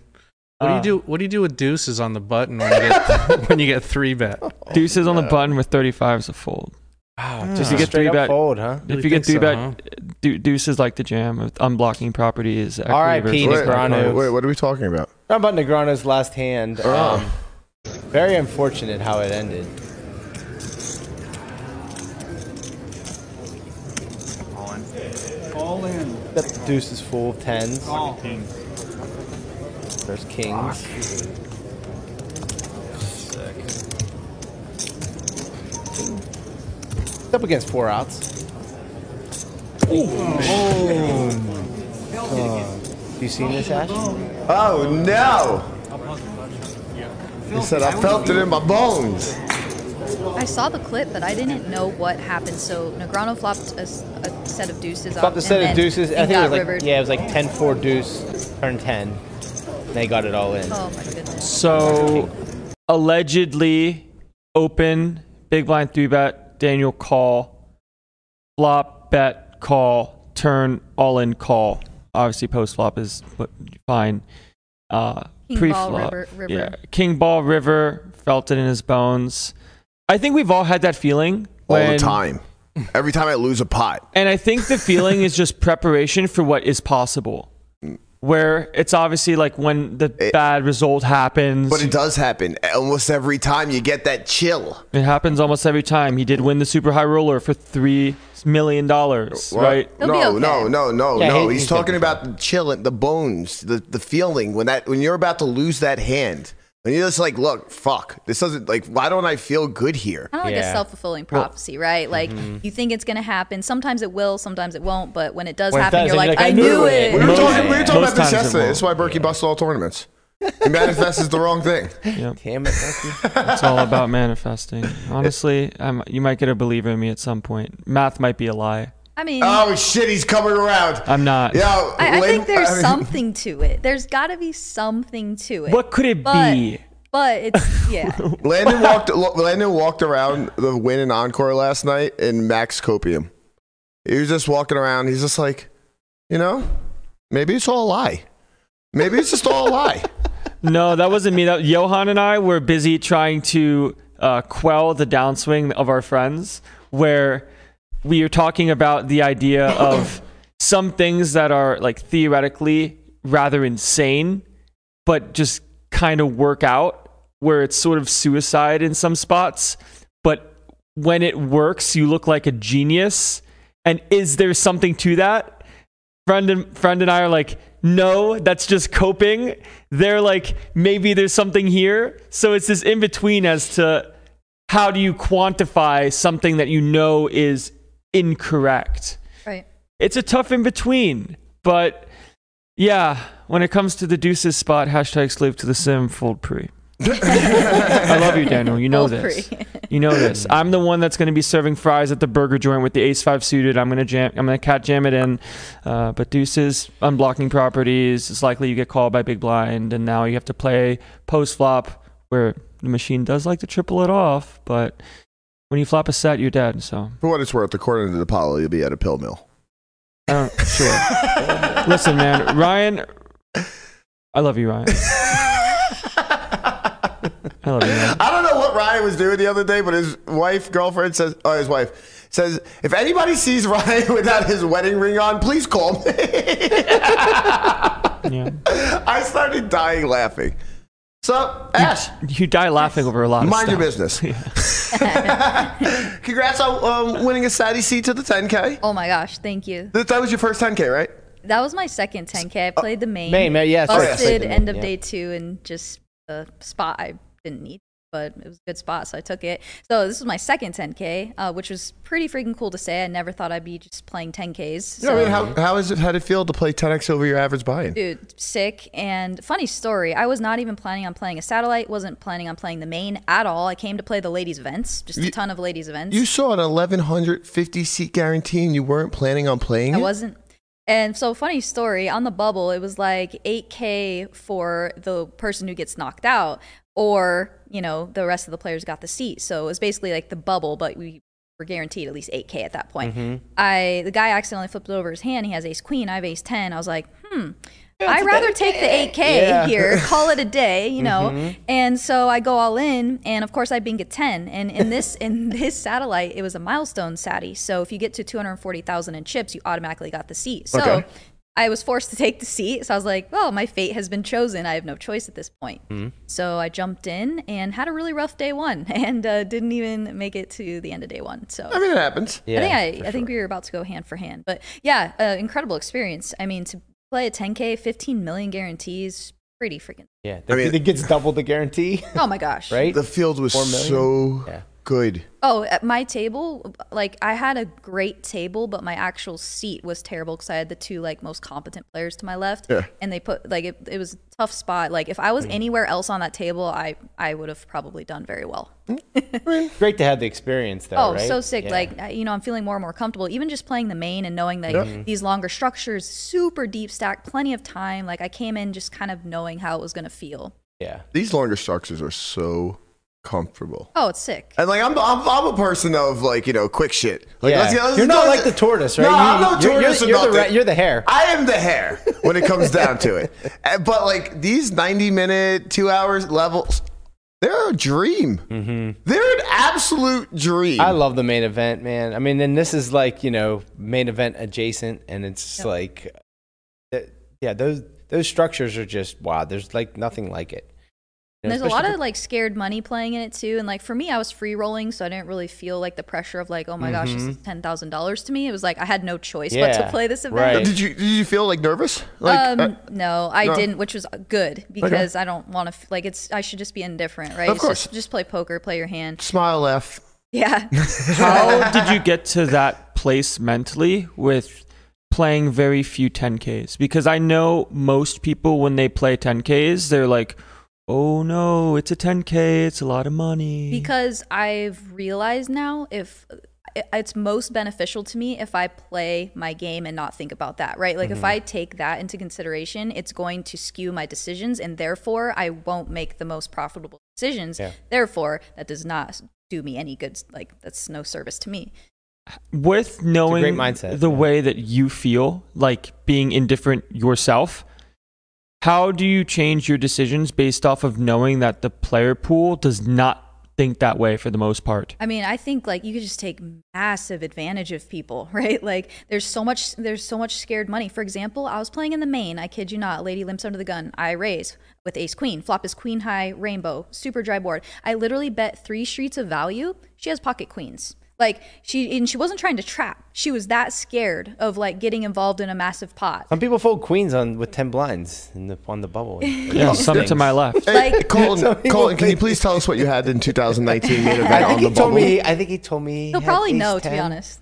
Speaker 6: what
Speaker 4: Uh.
Speaker 6: do you do? What do you do with deuces on the button when you get when you get three bet?
Speaker 4: Um, Deuces on the button with 35s a fold.
Speaker 3: Wow.
Speaker 4: just to get
Speaker 3: Ah. straight
Speaker 4: three
Speaker 3: up
Speaker 4: back-
Speaker 3: fold, huh?
Speaker 6: Really
Speaker 4: if you get
Speaker 6: think
Speaker 4: three
Speaker 6: so,
Speaker 4: bet,
Speaker 6: huh?
Speaker 4: deu- uh, deuces like the jam with unblocking properties. equity
Speaker 3: R.I.P.
Speaker 4: versus
Speaker 3: Wait,
Speaker 4: equity.
Speaker 3: Negrano.
Speaker 2: wait, what are we talking about?
Speaker 3: How about Negrano's last hand? Um, very unfortunate how it ended. All in. That deuce is full of tens. There's kings. It's up against four outs. Have you seen this, Ash?
Speaker 2: Oh no! He said I felt it in my bones.
Speaker 5: I saw the clip, but I didn't know what happened. So Negrano flopped a, s- a set of deuces off.
Speaker 3: About the
Speaker 5: and
Speaker 3: set
Speaker 5: then
Speaker 3: of deuces. I
Speaker 5: and
Speaker 3: think it
Speaker 5: got
Speaker 3: was like
Speaker 5: rivered.
Speaker 3: yeah, it was like 10-4 deuce, turn ten. And they got it all in.
Speaker 5: Oh my goodness.
Speaker 4: So allegedly open big blind three bet Daniel call flop bet call turn all in call. Obviously post flop is what- fine. Uh,
Speaker 5: King
Speaker 4: pre
Speaker 5: ball,
Speaker 4: flop,
Speaker 5: river- river.
Speaker 4: yeah. King ball river felt it in his bones. I think we've all had that feeling
Speaker 2: All the
Speaker 4: when-
Speaker 2: time. Every time I lose a pot.
Speaker 4: and I think the feeling is just preparation for what is possible. Where it's obviously like when the
Speaker 2: Mm. It-
Speaker 4: bad result happens,
Speaker 2: But it does happen. Almost every time you get that chill.
Speaker 4: It happens almost every time. He did win the super high roller for three million dollars,
Speaker 2: What?
Speaker 4: right?
Speaker 5: He'll
Speaker 2: no,
Speaker 5: be okay.
Speaker 2: no, no, no,
Speaker 3: Yeah,
Speaker 2: no.
Speaker 3: he-
Speaker 2: He's,
Speaker 3: he's gonna
Speaker 2: talking
Speaker 3: be
Speaker 2: about the chill, the bones, the, the feeling when that when you're about to lose that hand. And you're just like, look, fuck. This doesn't like. Why don't I feel good here?
Speaker 5: kind of like
Speaker 3: Yeah.
Speaker 5: a self-fulfilling prophecy, right? Like you think it's going to happen. Sometimes it will, sometimes it won't. But when it does
Speaker 3: When it
Speaker 5: happen,
Speaker 3: does,
Speaker 5: you're
Speaker 3: then
Speaker 5: like, I, knew it.
Speaker 2: We were
Speaker 4: Most-
Speaker 2: talking, we were talking
Speaker 4: most
Speaker 2: about this
Speaker 4: times it
Speaker 2: yesterday.
Speaker 4: won't.
Speaker 2: That's why Berkey busts all tournaments. He manifests the wrong thing.
Speaker 3: Damn it, Bucky.
Speaker 4: It's all about manifesting. Honestly, i you might get a believer in me at some point. Math might be a lie.
Speaker 5: I mean,
Speaker 2: Oh shit, he's coming around.
Speaker 4: I'm not.
Speaker 2: Yeah,
Speaker 5: I, I
Speaker 2: Lin-
Speaker 5: think there's
Speaker 2: I mean,
Speaker 5: something to it. There's got to be something to it.
Speaker 4: What could it
Speaker 5: But-
Speaker 4: be?
Speaker 5: But it's yeah.
Speaker 2: Landon walked. lo- Landon walked around the win and encore last night in Max Copium. He was just walking around. He's just like, you know, maybe it's all a lie. Maybe it's just all a lie.
Speaker 4: No, that wasn't me. That Johan and I were busy trying to uh, quell the downswing of our friends, where we were talking about the idea of some things that are like theoretically rather insane, but just kind of work out, where it's sort of suicide in some spots. But when it works, you look like a genius. And is there something to that? friend and friend and I are like, no, that's just coping. They're like, maybe there's something here. So it's this in between as to how do you quantify something that you know is incorrect.
Speaker 5: Right.
Speaker 4: It's a tough in between, but yeah, when it comes to the deuces spot, hashtag slave to the sim, fold pre. I love you, Daniel. You know
Speaker 5: Fold
Speaker 4: this.
Speaker 5: pre.
Speaker 4: You know
Speaker 2: Mm.
Speaker 4: this. I'm the one that's going to be serving fries at the burger joint with the ace five suited. I'm going to jam. I'm going to cat jam it in. Uh, but deuces, unblocking properties. It's likely you get called by big blind, and now you have to play post flop, where the machine does like to triple it off. But when you flop a set, you're dead. So
Speaker 2: For what it's worth, according to the Apollo, you'll be at a pill mill.
Speaker 4: I don't sure. Listen, man, Ryan. I love you, Ryan. I love you, man.
Speaker 2: I don't know what Ryan was doing the other day, but his wife, girlfriend says, or his wife says, if anybody sees Ryan without his wedding ring on, please call me.
Speaker 4: Yeah.
Speaker 2: I started dying laughing. So, Ash,
Speaker 4: You die laughing over a lot of
Speaker 2: mind your
Speaker 4: stuff.
Speaker 2: business. Congrats on um, winning a Saturday seat to the 10K.
Speaker 5: Oh my gosh, thank you.
Speaker 2: That that was your first 10K, right?
Speaker 5: That was my second 10k. I played the main.
Speaker 3: Oh, Main, main, yes,
Speaker 2: yes, I
Speaker 5: Busted
Speaker 3: played the main,
Speaker 5: end of
Speaker 3: yeah.
Speaker 5: day two and just the spot I didn't need, but it was a good spot, so I took it. So this was my second 10k, uh, which was pretty freaking cool to say. I never thought I'd be just playing 10ks.
Speaker 2: Yeah, I
Speaker 5: so-
Speaker 2: mean, how, how is it, how did it feel to play 10X over your average buy-in?
Speaker 5: Dude, sick. And funny story, I was not even planning on playing a satellite, wasn't planning on playing the main at all. I came to play the ladies' events, just
Speaker 2: You-
Speaker 5: a ton of ladies' events.
Speaker 2: You saw an 1,150 seat guarantee and you weren't planning on playing
Speaker 5: I
Speaker 2: it?
Speaker 5: wasn't. And so, funny story on the bubble, it was like 8K for the person who gets knocked out, or, you know, the rest of the players got the seat. So it was basically like the bubble, but we were guaranteed at least 8K at that point. I The guy accidentally flipped over his hand. He has ace queen, I have ace 10. I was like, hmm. I'd rather take the 8K
Speaker 3: Yeah.
Speaker 5: here, call it a day, you know. And so I go all in, and of course I bing at 10. And in this in this satellite, it was a milestone Sati. So if you get to 240,000 in chips, you automatically got the seat. So
Speaker 2: Okay.
Speaker 5: I was forced to take the seat. So I was like, well, my fate has been chosen. I have no choice at this point. So I jumped in and had a really rough day one, and uh, didn't even make it to the end of day one. So
Speaker 2: I mean, it happens.
Speaker 3: Yeah,
Speaker 5: I think I, I think we were about to go hand for hand, but yeah, uh, incredible experience. I mean, to play a 10k, 15 million guarantees, pretty freaking.
Speaker 3: yeah.
Speaker 2: I mean-
Speaker 3: it gets double the guarantee,
Speaker 5: Oh my gosh!
Speaker 3: right?
Speaker 2: The field was
Speaker 3: Four million?
Speaker 2: so
Speaker 3: Yeah.
Speaker 2: good.
Speaker 5: Oh, at my table, like I had a great table, but my actual seat was terrible because I had the two like most competent players to my left,
Speaker 2: Yeah.
Speaker 5: and they put like it, it was a tough spot. Like if I
Speaker 3: Mm.
Speaker 5: was anywhere else on that table, I I would have probably done very well.
Speaker 3: Great to have the experience, though.
Speaker 5: Oh,
Speaker 3: right?
Speaker 5: so sick.
Speaker 3: Yeah.
Speaker 5: Like, I- you know, I'm feeling more and more comfortable. Even just playing the main and knowing like
Speaker 2: Mm-hmm.
Speaker 5: these longer structures, super deep stack, plenty of time. Like, I came in just kind of knowing how it was going to feel.
Speaker 3: yeah.
Speaker 2: These longer structures are so comfortable.
Speaker 5: Oh, it's sick.
Speaker 3: Uh,
Speaker 2: And like I'm, I'm, I'm a person of like you know quick shit. Like
Speaker 3: yeah.
Speaker 2: let's get- let's
Speaker 3: you're
Speaker 2: do
Speaker 3: not
Speaker 2: it.
Speaker 3: like the tortoise, right?
Speaker 2: No,
Speaker 3: You-
Speaker 2: I'm no
Speaker 3: you're- you're-
Speaker 2: tortoise or
Speaker 3: You're, the,
Speaker 2: nothing.
Speaker 3: ra- you're the hare.
Speaker 2: I am the hair when it comes down to it. And- But like these 90 minute, two hours levels, they're a dream. They're an absolute dream.
Speaker 3: Mm-hmm. I love the main event, man. I mean, and this is like you know main event adjacent, and it's just like, th- yeah, those those structures are just wow. There's like nothing like it.
Speaker 5: And there's a lot of like scared money playing in it too. And like for me, I was free rolling, so I didn't really feel like the pressure of like, oh my gosh, this is ten thousand dollars to me. It was like I had no choice but
Speaker 3: Mm-hmm. Yeah,
Speaker 5: to play this event.
Speaker 3: right.
Speaker 2: Did you did you feel like nervous? Like
Speaker 5: um,
Speaker 2: uh,
Speaker 5: no, I
Speaker 2: no.
Speaker 5: didn't, which was good because I don't want to f- like it's. I should just be indifferent, right?
Speaker 2: Of
Speaker 5: It's
Speaker 2: course.
Speaker 5: just, just play poker, play your hand.
Speaker 2: smile, laugh.
Speaker 5: Yeah,
Speaker 4: How did you get to that place mentally with playing very few 10Ks? Because I know most people, when they play 10Ks, they're like, oh no, it's a 10K, it's a lot of money.
Speaker 5: because I've realized now if it- it's most beneficial to me if I play my game and not think about that, right? Like if I take that into consideration, it's going to skew my decisions and therefore I won't make the most profitable decisions.
Speaker 3: Yeah.
Speaker 5: Therefore, that does not do me any good. Like that's no service to me.
Speaker 4: with knowing
Speaker 3: mindset,
Speaker 4: the
Speaker 3: yeah.
Speaker 4: way that you feel, like being indifferent yourself, how do you change your decisions based off of knowing that the player pool does not think that way for the most part?
Speaker 5: I mean, I think like you could just take massive advantage of people, right? Like there's so much there's so much scared money. For example, I was playing in the main, I kid you not, Lady Limps under the gun. I raise with ace queen, flop is queen high, rainbow, super dry board. I literally bet 3 streets of value. She has pocket queens. Like she and she wasn't trying to trap. She was that scared of like getting involved in a massive pot.
Speaker 3: Some people fold queens on with ten blinds in the, on the bubble.
Speaker 4: Yeah, some to my left.
Speaker 2: Hey,
Speaker 5: Like-
Speaker 2: Colton,
Speaker 3: people
Speaker 2: Colton, can you
Speaker 3: think-
Speaker 2: please tell us what you had in 2019 made event
Speaker 3: I
Speaker 2: on
Speaker 3: think
Speaker 2: the
Speaker 3: he
Speaker 2: bubble?
Speaker 3: told me. I think he told me. he
Speaker 5: He'll
Speaker 3: had
Speaker 5: probably
Speaker 3: ace
Speaker 5: know to be
Speaker 3: 10.
Speaker 5: honest.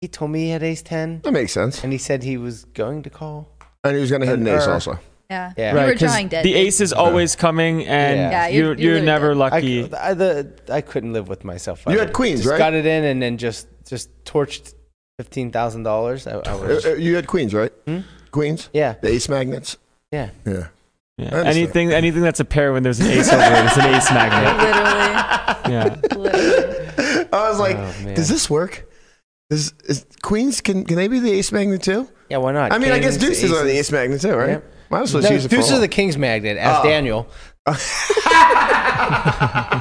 Speaker 3: He told me he had ace ten,
Speaker 2: That makes sense.
Speaker 3: and he said he was going to call.
Speaker 2: And er, he was going to hit an ace
Speaker 3: Err.
Speaker 2: also.
Speaker 5: Yeah.
Speaker 3: Yeah.
Speaker 5: You
Speaker 3: Right,
Speaker 5: were
Speaker 4: 'cause
Speaker 5: drawing dead.
Speaker 4: The ace is always coming, and
Speaker 3: Yeah.
Speaker 5: Yeah,
Speaker 4: you're,
Speaker 5: you're-
Speaker 4: you're,
Speaker 5: you're literally
Speaker 4: never
Speaker 5: dead.
Speaker 4: lucky.
Speaker 3: I, I, the, I couldn't live with myself.
Speaker 2: You
Speaker 3: I
Speaker 2: had queens,
Speaker 3: just
Speaker 2: right?
Speaker 3: Got it in, and then just just torched fifteen thousand dollars. I, I was,
Speaker 2: Uh, uh, You had queens, right?
Speaker 3: Hmm?
Speaker 2: Queens?
Speaker 3: yeah,
Speaker 2: The ace magnets?
Speaker 3: yeah.
Speaker 2: Yeah.
Speaker 4: Yeah.
Speaker 2: understand.
Speaker 4: Anything, anything that's a pair when there's an ace over it, it's an ace magnet.
Speaker 5: literally,
Speaker 4: Yeah.
Speaker 5: literally.
Speaker 2: I was like,
Speaker 3: Oh, man.
Speaker 2: does this work? Does, is, queens, can, can they be the ace magnet too?
Speaker 3: Yeah, why not?
Speaker 2: I mean, I guess
Speaker 3: Kings,
Speaker 2: deuces are the
Speaker 3: aces.
Speaker 2: ace magnet too, right?
Speaker 3: Yep.
Speaker 2: Might as well
Speaker 3: No,
Speaker 2: just use it for
Speaker 3: deuces
Speaker 2: all.
Speaker 3: are the king's magnet. Ask
Speaker 2: Oh.
Speaker 3: Daniel.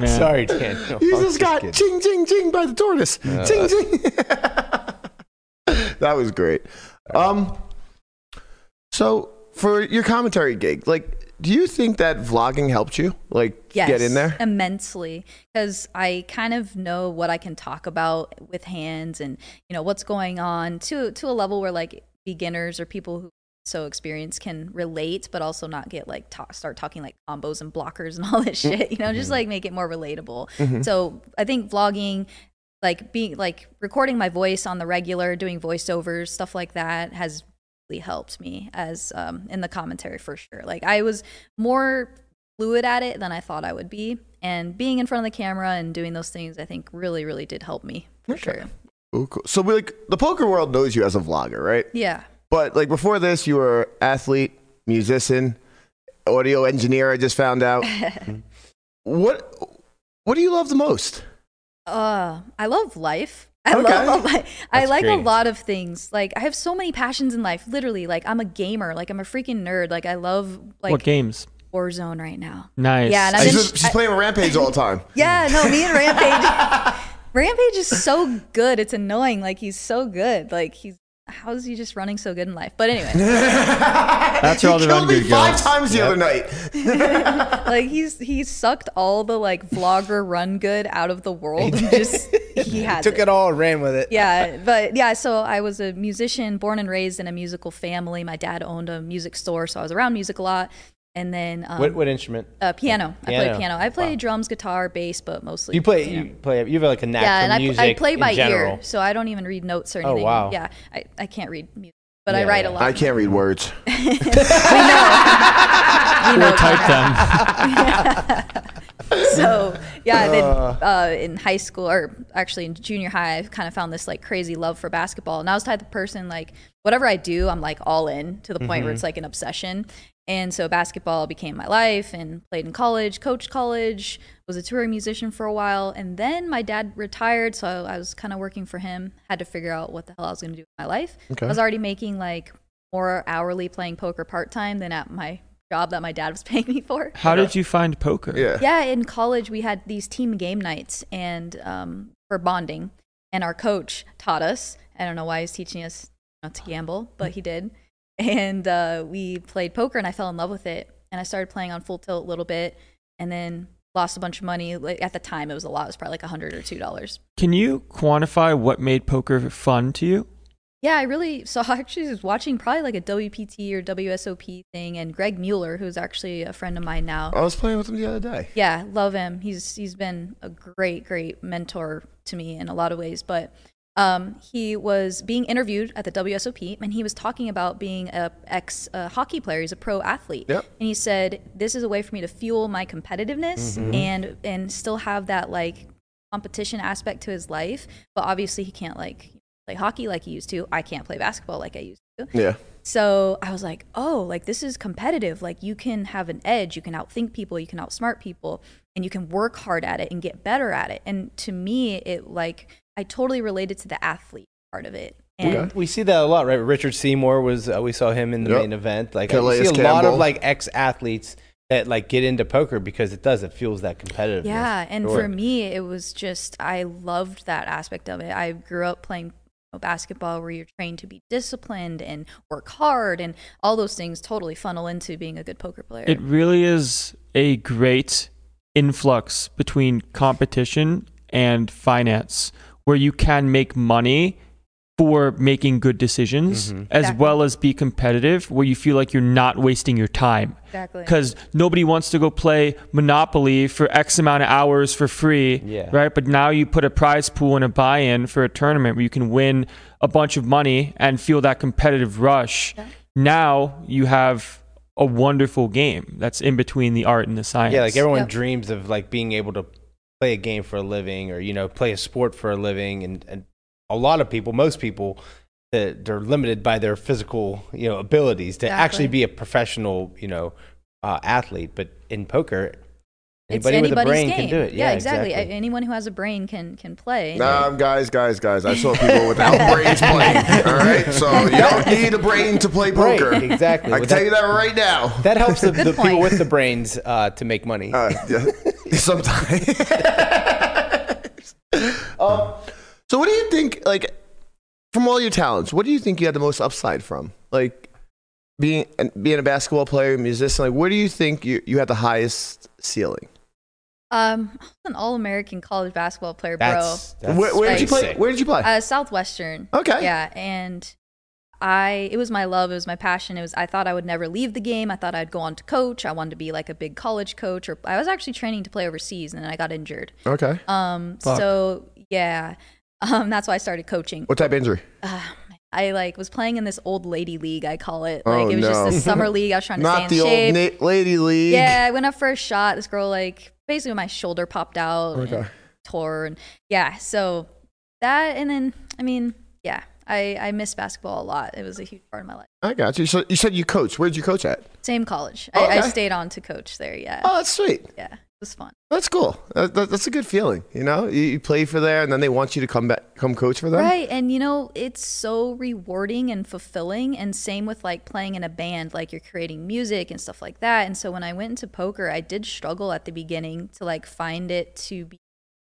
Speaker 4: Yeah.
Speaker 3: Sorry, Daniel.
Speaker 2: Ah. You
Speaker 3: I'm
Speaker 2: just got
Speaker 3: Oh,
Speaker 2: ching,
Speaker 3: kidding.
Speaker 2: ching, ching by the tortoise. Ching, ching. that was great. Um, so for your commentary gig, like, do you think that vlogging helped you, like,
Speaker 5: yes,
Speaker 2: get in there?
Speaker 5: immensely because I kind of know what I can talk about with hands and you know what's going on to to a level where like beginners or people who are so experienced can relate, but also not get like ta start talking like combos and blockers and all that
Speaker 2: Mm-hmm.
Speaker 5: shit. You know, just like make it more relatable. So I think vlogging. Like being like recording my voice on the regular, doing voiceovers, stuff like that has really helped me as um, in the commentary for sure. Like I was more fluid at it than I thought I would be, and being in front of the camera and doing those things, I think really, really did help me for
Speaker 2: Okay.
Speaker 5: sure.
Speaker 2: Ooh, cool. So, we, like, the poker world knows you as a vlogger, right?
Speaker 5: Yeah,
Speaker 2: But like before this, you were athlete, musician, audio engineer. I just found out. what What do you love the most?
Speaker 5: uh, I love life. I
Speaker 2: Okay.
Speaker 5: love. Li- I
Speaker 3: That's
Speaker 5: like a
Speaker 3: great.
Speaker 5: lot of things. Like I have so many passions in life. Literally, like I'm a gamer. Like I'm a freaking nerd. Like I love
Speaker 4: what
Speaker 5: like
Speaker 4: games?
Speaker 5: Warzone right now.
Speaker 4: Nice.
Speaker 5: Yeah, and I
Speaker 2: She's,
Speaker 5: didn't-
Speaker 2: she's playing Rampage all the time.
Speaker 5: Yeah, no, me and Rampage. Rampage is so good. It's annoying. Like he's so good. Like he's how is he just running so good in life? But anyway,
Speaker 4: That's where all the
Speaker 2: Killed
Speaker 4: run
Speaker 2: me
Speaker 4: good
Speaker 2: five
Speaker 4: goes.
Speaker 2: times the other night.
Speaker 5: like he's he sucked all the like vlogger run good out of the world. And just he had
Speaker 3: Took it all and ran with it.
Speaker 5: yeah, but yeah, so I was a musician, born and raised in a musical family. My dad owned a music store, so I was around music a lot. And then um,
Speaker 3: What what instrument?
Speaker 5: uh, piano. I play
Speaker 3: Piano.
Speaker 5: piano. I play
Speaker 3: Wow.
Speaker 5: drums, guitar, bass, but mostly
Speaker 3: You play
Speaker 5: piano.
Speaker 3: you play you have like a knack
Speaker 5: yeah,
Speaker 3: for
Speaker 5: and I,
Speaker 3: music.
Speaker 5: I play
Speaker 3: in
Speaker 5: by
Speaker 3: general.
Speaker 5: ear, so I don't even read notes or
Speaker 3: Oh,
Speaker 5: anything.
Speaker 3: wow.
Speaker 5: Yeah, I, I can't read music, but I
Speaker 3: Yeah,
Speaker 5: write a
Speaker 3: yeah.
Speaker 5: lot.
Speaker 2: I can't read words.
Speaker 5: You know,
Speaker 4: Or type them.
Speaker 5: so yeah, then uh, in high school or actually in junior high, I kind of found this like crazy love for basketball, and I was the type of person like whatever I do, I'm like all in to the point where it's like an obsession. And so basketball became my life, and played in college, coached college, was a touring musician for a while, and then my dad retired, so I was kind of working for him. Had to figure out what the hell I was going to do with my life. I was already making like more hourly playing poker part time than at my job that my dad was paying me for
Speaker 4: How did you find poker?
Speaker 2: Yeah.
Speaker 5: yeah in college we had these team game nights and um, for bonding and our coach taught us i don't know why he's teaching us not to gamble but he did and uh, we played poker and i fell in love with it and I started playing on full tilt a little bit, and then lost a bunch of money. Like at the time, it was a lot. It was probably like a hundred or two dollars.
Speaker 4: Can you quantify what made poker fun to you?
Speaker 5: Yeah, I really so I actually was watching probably like a WPT or WSOP thing, and Greg Mueller, who's actually a friend of mine now.
Speaker 2: I was playing with him the other day.
Speaker 5: Yeah, love him. He's he's been a great great mentor to me in a lot of ways, but um, he was being interviewed at the WSOP, and he was talking about being a ex uh, hockey player. He's a pro athlete,
Speaker 2: Yep.
Speaker 5: and he said, "This is a way for me to fuel my competitiveness and and still have that like competition aspect to his life." But obviously, he can't like play hockey like he used to. I can't play basketball like I used to.
Speaker 2: Yeah.
Speaker 5: So I was like, oh, like this is competitive. Like you can have an edge, you can outthink people, you can outsmart people, and you can work hard at it and get better at it. And to me, it like I totally related to the athlete part of it. And
Speaker 3: We see that a lot, right? Richard Seymour was uh, we saw him in the
Speaker 2: Yep.
Speaker 3: main event. Like we
Speaker 2: Calais
Speaker 3: see a lot of
Speaker 2: Campbell.
Speaker 3: like ex athletes that like get into poker because it does it fuels that competitiveness.
Speaker 5: yeah, and
Speaker 3: Sure.
Speaker 5: for me, it was just I loved that aspect of it. I grew up playing basketball where you're trained to be disciplined and work hard and all those things totally funnel into being a good poker player.
Speaker 4: It really is a great influx between competition and finance where you can make money for making good decisions as
Speaker 5: Exactly.
Speaker 4: well as be competitive where you feel like you're not wasting your time.
Speaker 5: exactly.
Speaker 4: Because nobody wants to go play Monopoly for X amount of hours for free,
Speaker 3: Yeah.
Speaker 4: right? But now you put a prize pool and a buy-in for a tournament where you can win a bunch of money and feel that competitive rush. Now you have a wonderful game that's in between the art and the science.
Speaker 3: Yeah, like everyone
Speaker 5: Yep.
Speaker 3: dreams of like being able to play a game for a living or you know play a sport for a living, and, and a lot of people, most people, that they're limited by their physical you know abilities to actually
Speaker 5: Exactly.
Speaker 3: be a professional you know uh, athlete. But in poker,
Speaker 5: it's
Speaker 3: anybody with a
Speaker 5: anybody's
Speaker 3: brain
Speaker 5: game.
Speaker 3: can do it.
Speaker 5: Yeah, exactly. A- Anyone who has a brain can can play.
Speaker 2: Nah, guys, guys, guys. I saw people without brains playing. All right, so you don't need a brain to play
Speaker 3: Right,
Speaker 2: poker.
Speaker 3: exactly.
Speaker 2: I can
Speaker 3: With
Speaker 2: tell
Speaker 3: that-
Speaker 2: you that right now.
Speaker 3: That helps the, the people
Speaker 5: point.
Speaker 3: with the brains uh, to make money.
Speaker 2: Uh, yeah, sometimes. um, so, what do you think? Like, from all your talents, what do you think you had the most upside from? Like, being and being a basketball player, musician. Like, where do you think you, you had the highest ceiling?
Speaker 5: Um, I was an all-American college basketball player, bro.
Speaker 3: that's, that's
Speaker 2: where, where did you
Speaker 5: pretty
Speaker 2: play?
Speaker 3: basic.
Speaker 2: Where did you play?
Speaker 5: Uh, Southwestern.
Speaker 2: Okay.
Speaker 5: Yeah, and I it was my love, it was my passion. It was I thought I would never leave the game. I thought I'd go on to coach. I wanted to be like a big college coach or I was actually training to play overseas and then I got injured.
Speaker 2: okay.
Speaker 5: Um
Speaker 4: Fuck.
Speaker 5: so yeah. Um that's why I started coaching. Uh,
Speaker 2: What type of injury?
Speaker 5: I like was playing in this old lady league, I call it.
Speaker 2: Oh,
Speaker 5: Like it was just
Speaker 2: no.
Speaker 5: this summer league. I was trying to
Speaker 2: Not
Speaker 5: stay
Speaker 2: the
Speaker 5: in shape.
Speaker 2: old na- lady league.
Speaker 5: Yeah, I went up for a shot. This girl like basically my shoulder popped out
Speaker 2: Okay.
Speaker 5: and tore and yeah, so that and then I mean, yeah. I, I miss basketball a lot. It was a huge part of my life.
Speaker 2: I got you. So you said you coach. Where did you coach at?
Speaker 5: Same college.
Speaker 2: Oh,
Speaker 5: I, I
Speaker 2: okay.
Speaker 5: stayed on to coach there. Yeah.
Speaker 2: Oh, that's sweet.
Speaker 5: Yeah. It was fun.
Speaker 2: That's cool. That, that, that's a good feeling. You know, you, you play for there, and then they want you to come back, come coach for them.
Speaker 5: Right. And you know, it's so rewarding and fulfilling. And same with like playing in a band, like you're creating music and stuff like that. And so when I went into poker, I did struggle at the beginning to like find it to be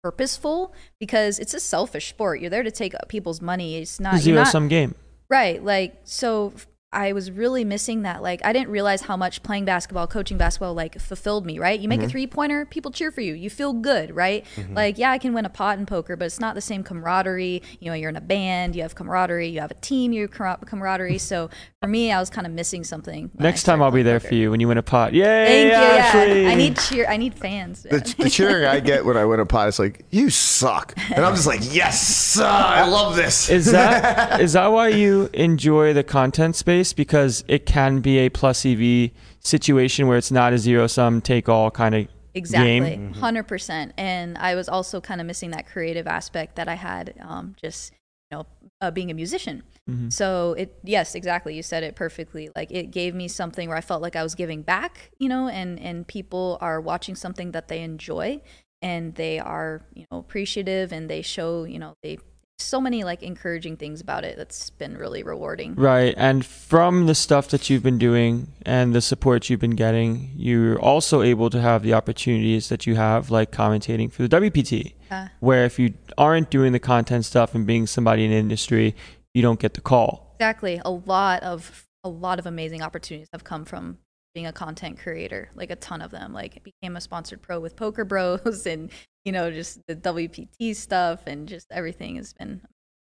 Speaker 5: purposeful because it's a selfish sport. You're there to take people's money. It's not you're
Speaker 4: zero
Speaker 5: not-
Speaker 4: sum game.
Speaker 5: Right. Like, so f- I was really missing that. Like, I didn't realize how much playing basketball, coaching basketball, like fulfilled me, right? You make
Speaker 4: Mm-hmm.
Speaker 5: a three pointer, people cheer for you. You feel good, right? Like, yeah, I can win a pot in poker, but it's not the same camaraderie. You know, you're in a band, you have camaraderie, you have a team, you have camar- camaraderie. So for me, I was kind of missing something. when I
Speaker 4: Next time
Speaker 5: started
Speaker 4: I'll be
Speaker 5: playing
Speaker 4: there
Speaker 5: poker.
Speaker 4: for you when you win a pot. Yay,
Speaker 5: Thank you.
Speaker 4: Ashley!
Speaker 5: Yeah. I need cheer. I need fans.
Speaker 2: The, the cheering I get when I win a pot is like, "You suck," and I'm just like, "Yes, uh, I love this."
Speaker 4: Is that is that why you enjoy the content space because it can be a plus EV situation where it's not a zero sum take all kind of
Speaker 5: Exactly,
Speaker 4: game?
Speaker 5: hundred percent. And I was also kind of missing that creative aspect that I had, um, just you know, uh, being a musician. So it, yes, exactly. You said it perfectly. Like it gave me something where I felt like I was giving back, you know, and and people are watching something that they enjoy, and they are you know appreciative, and they show you know they so many like encouraging things about it. That's been really rewarding.
Speaker 4: Right. And from the stuff that you've been doing and the support you've been getting, you're also able to have the opportunities that you have, like commentating for the WPT,
Speaker 5: Yeah.
Speaker 4: where if you aren't doing the content stuff and being somebody in the industry, you don't get the call.
Speaker 5: Exactly. A lot of a lot of amazing opportunities have come from being a content creator, like a ton of them. Like became a sponsored pro with Poker Bros and you know just the WPT stuff and just everything has been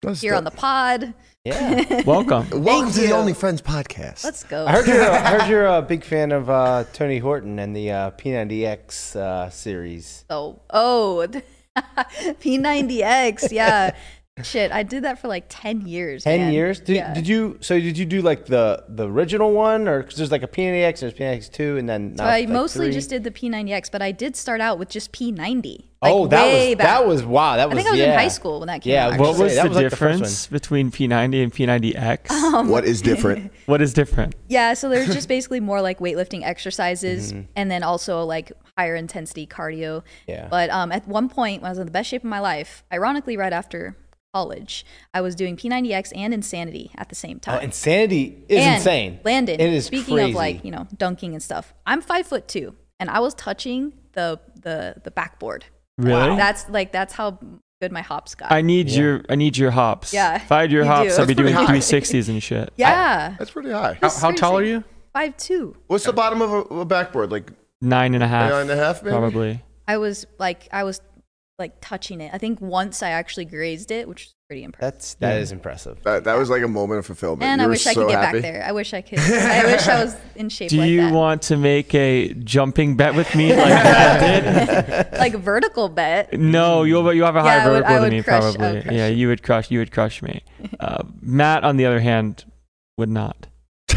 Speaker 2: That's
Speaker 5: here on the
Speaker 2: dope.
Speaker 5: pod.
Speaker 3: Yeah.
Speaker 4: Welcome.
Speaker 2: Welcome to the
Speaker 5: you.
Speaker 2: Only Friends podcast.
Speaker 5: Let's go.
Speaker 3: I heard you're, I heard you're a big fan of uh, Tony Horton and the uh, P90X uh, series.
Speaker 5: So, oh, P90X, yeah. Shit, I did that for like 10 years.
Speaker 3: 10
Speaker 5: man.
Speaker 3: years? Did,
Speaker 5: yeah.
Speaker 3: did you? So did you do like the the original one, or because there's like a P90X, there's P90X two, and then
Speaker 5: So
Speaker 3: now
Speaker 5: I
Speaker 3: it's, like,
Speaker 5: mostly
Speaker 3: three.
Speaker 5: just did the P90X, but I did start out with just P90. like,
Speaker 3: Oh, that
Speaker 5: way
Speaker 3: was
Speaker 5: back.
Speaker 3: that was wow. That
Speaker 5: I
Speaker 3: was
Speaker 5: think I was in
Speaker 3: yeah.
Speaker 5: high school when that came
Speaker 3: Yeah,
Speaker 5: out.
Speaker 3: well-
Speaker 4: What
Speaker 5: actually.
Speaker 4: was
Speaker 3: That
Speaker 4: the
Speaker 3: was, like, the first
Speaker 4: difference between P90 and P90X?
Speaker 5: Oh.
Speaker 2: what is different?
Speaker 4: what is different?
Speaker 5: yeah, so there's just basically more like weightlifting exercises
Speaker 3: Mm-hmm.
Speaker 5: and then also like higher intensity cardio.
Speaker 3: Yeah.
Speaker 5: But um, at one point, when I was in the best shape of my life, ironically, right after college, I was doing P90X and Insanity at the same
Speaker 3: Uh,
Speaker 5: time.
Speaker 3: insanity is
Speaker 5: and
Speaker 3: insane.
Speaker 5: Landon,
Speaker 3: it is
Speaker 5: speaking
Speaker 3: crazy.
Speaker 5: of like you know dunking and stuff, I'm five foot two, and I was touching the the the backboard.
Speaker 4: Really?
Speaker 5: That's like that's how good my hops got.
Speaker 4: I need your I need your hops.
Speaker 5: Yeah,
Speaker 4: If I had your
Speaker 5: you
Speaker 4: hops,
Speaker 5: do.
Speaker 4: I'd be doing
Speaker 2: That's pretty high.
Speaker 4: 360s and shit.
Speaker 5: yeah,
Speaker 2: That's pretty high.
Speaker 6: How, how tall are you?
Speaker 5: five two.
Speaker 2: What's the bottom of a, a backboard? Like
Speaker 4: Nine and a half.
Speaker 2: Nine and a half, maybe?
Speaker 4: Probably.
Speaker 5: I was like I was like touching it. I think once I actually grazed it, which is pretty impressive.
Speaker 3: that's that is
Speaker 4: Yeah.
Speaker 3: impressive.
Speaker 2: that, that was like a moment of fulfillment.
Speaker 5: and
Speaker 2: Oh, you
Speaker 5: I
Speaker 2: were
Speaker 5: wish I
Speaker 2: so
Speaker 5: could get
Speaker 2: happy.
Speaker 5: back there. I wish I could. I wish I was in shape
Speaker 4: Do
Speaker 5: like
Speaker 4: you
Speaker 5: that.
Speaker 4: want to make a jumping bet with me? Like I
Speaker 5: like vertical bet.
Speaker 4: did? No, you'll you have a higher
Speaker 5: Yeah, I would- I
Speaker 4: vertical
Speaker 5: would
Speaker 4: than me
Speaker 5: crush- I would
Speaker 4: probably.
Speaker 5: crush
Speaker 4: Yeah,
Speaker 5: you.
Speaker 4: you would crush you would crush me. Uh, Matt, on the other hand, would not.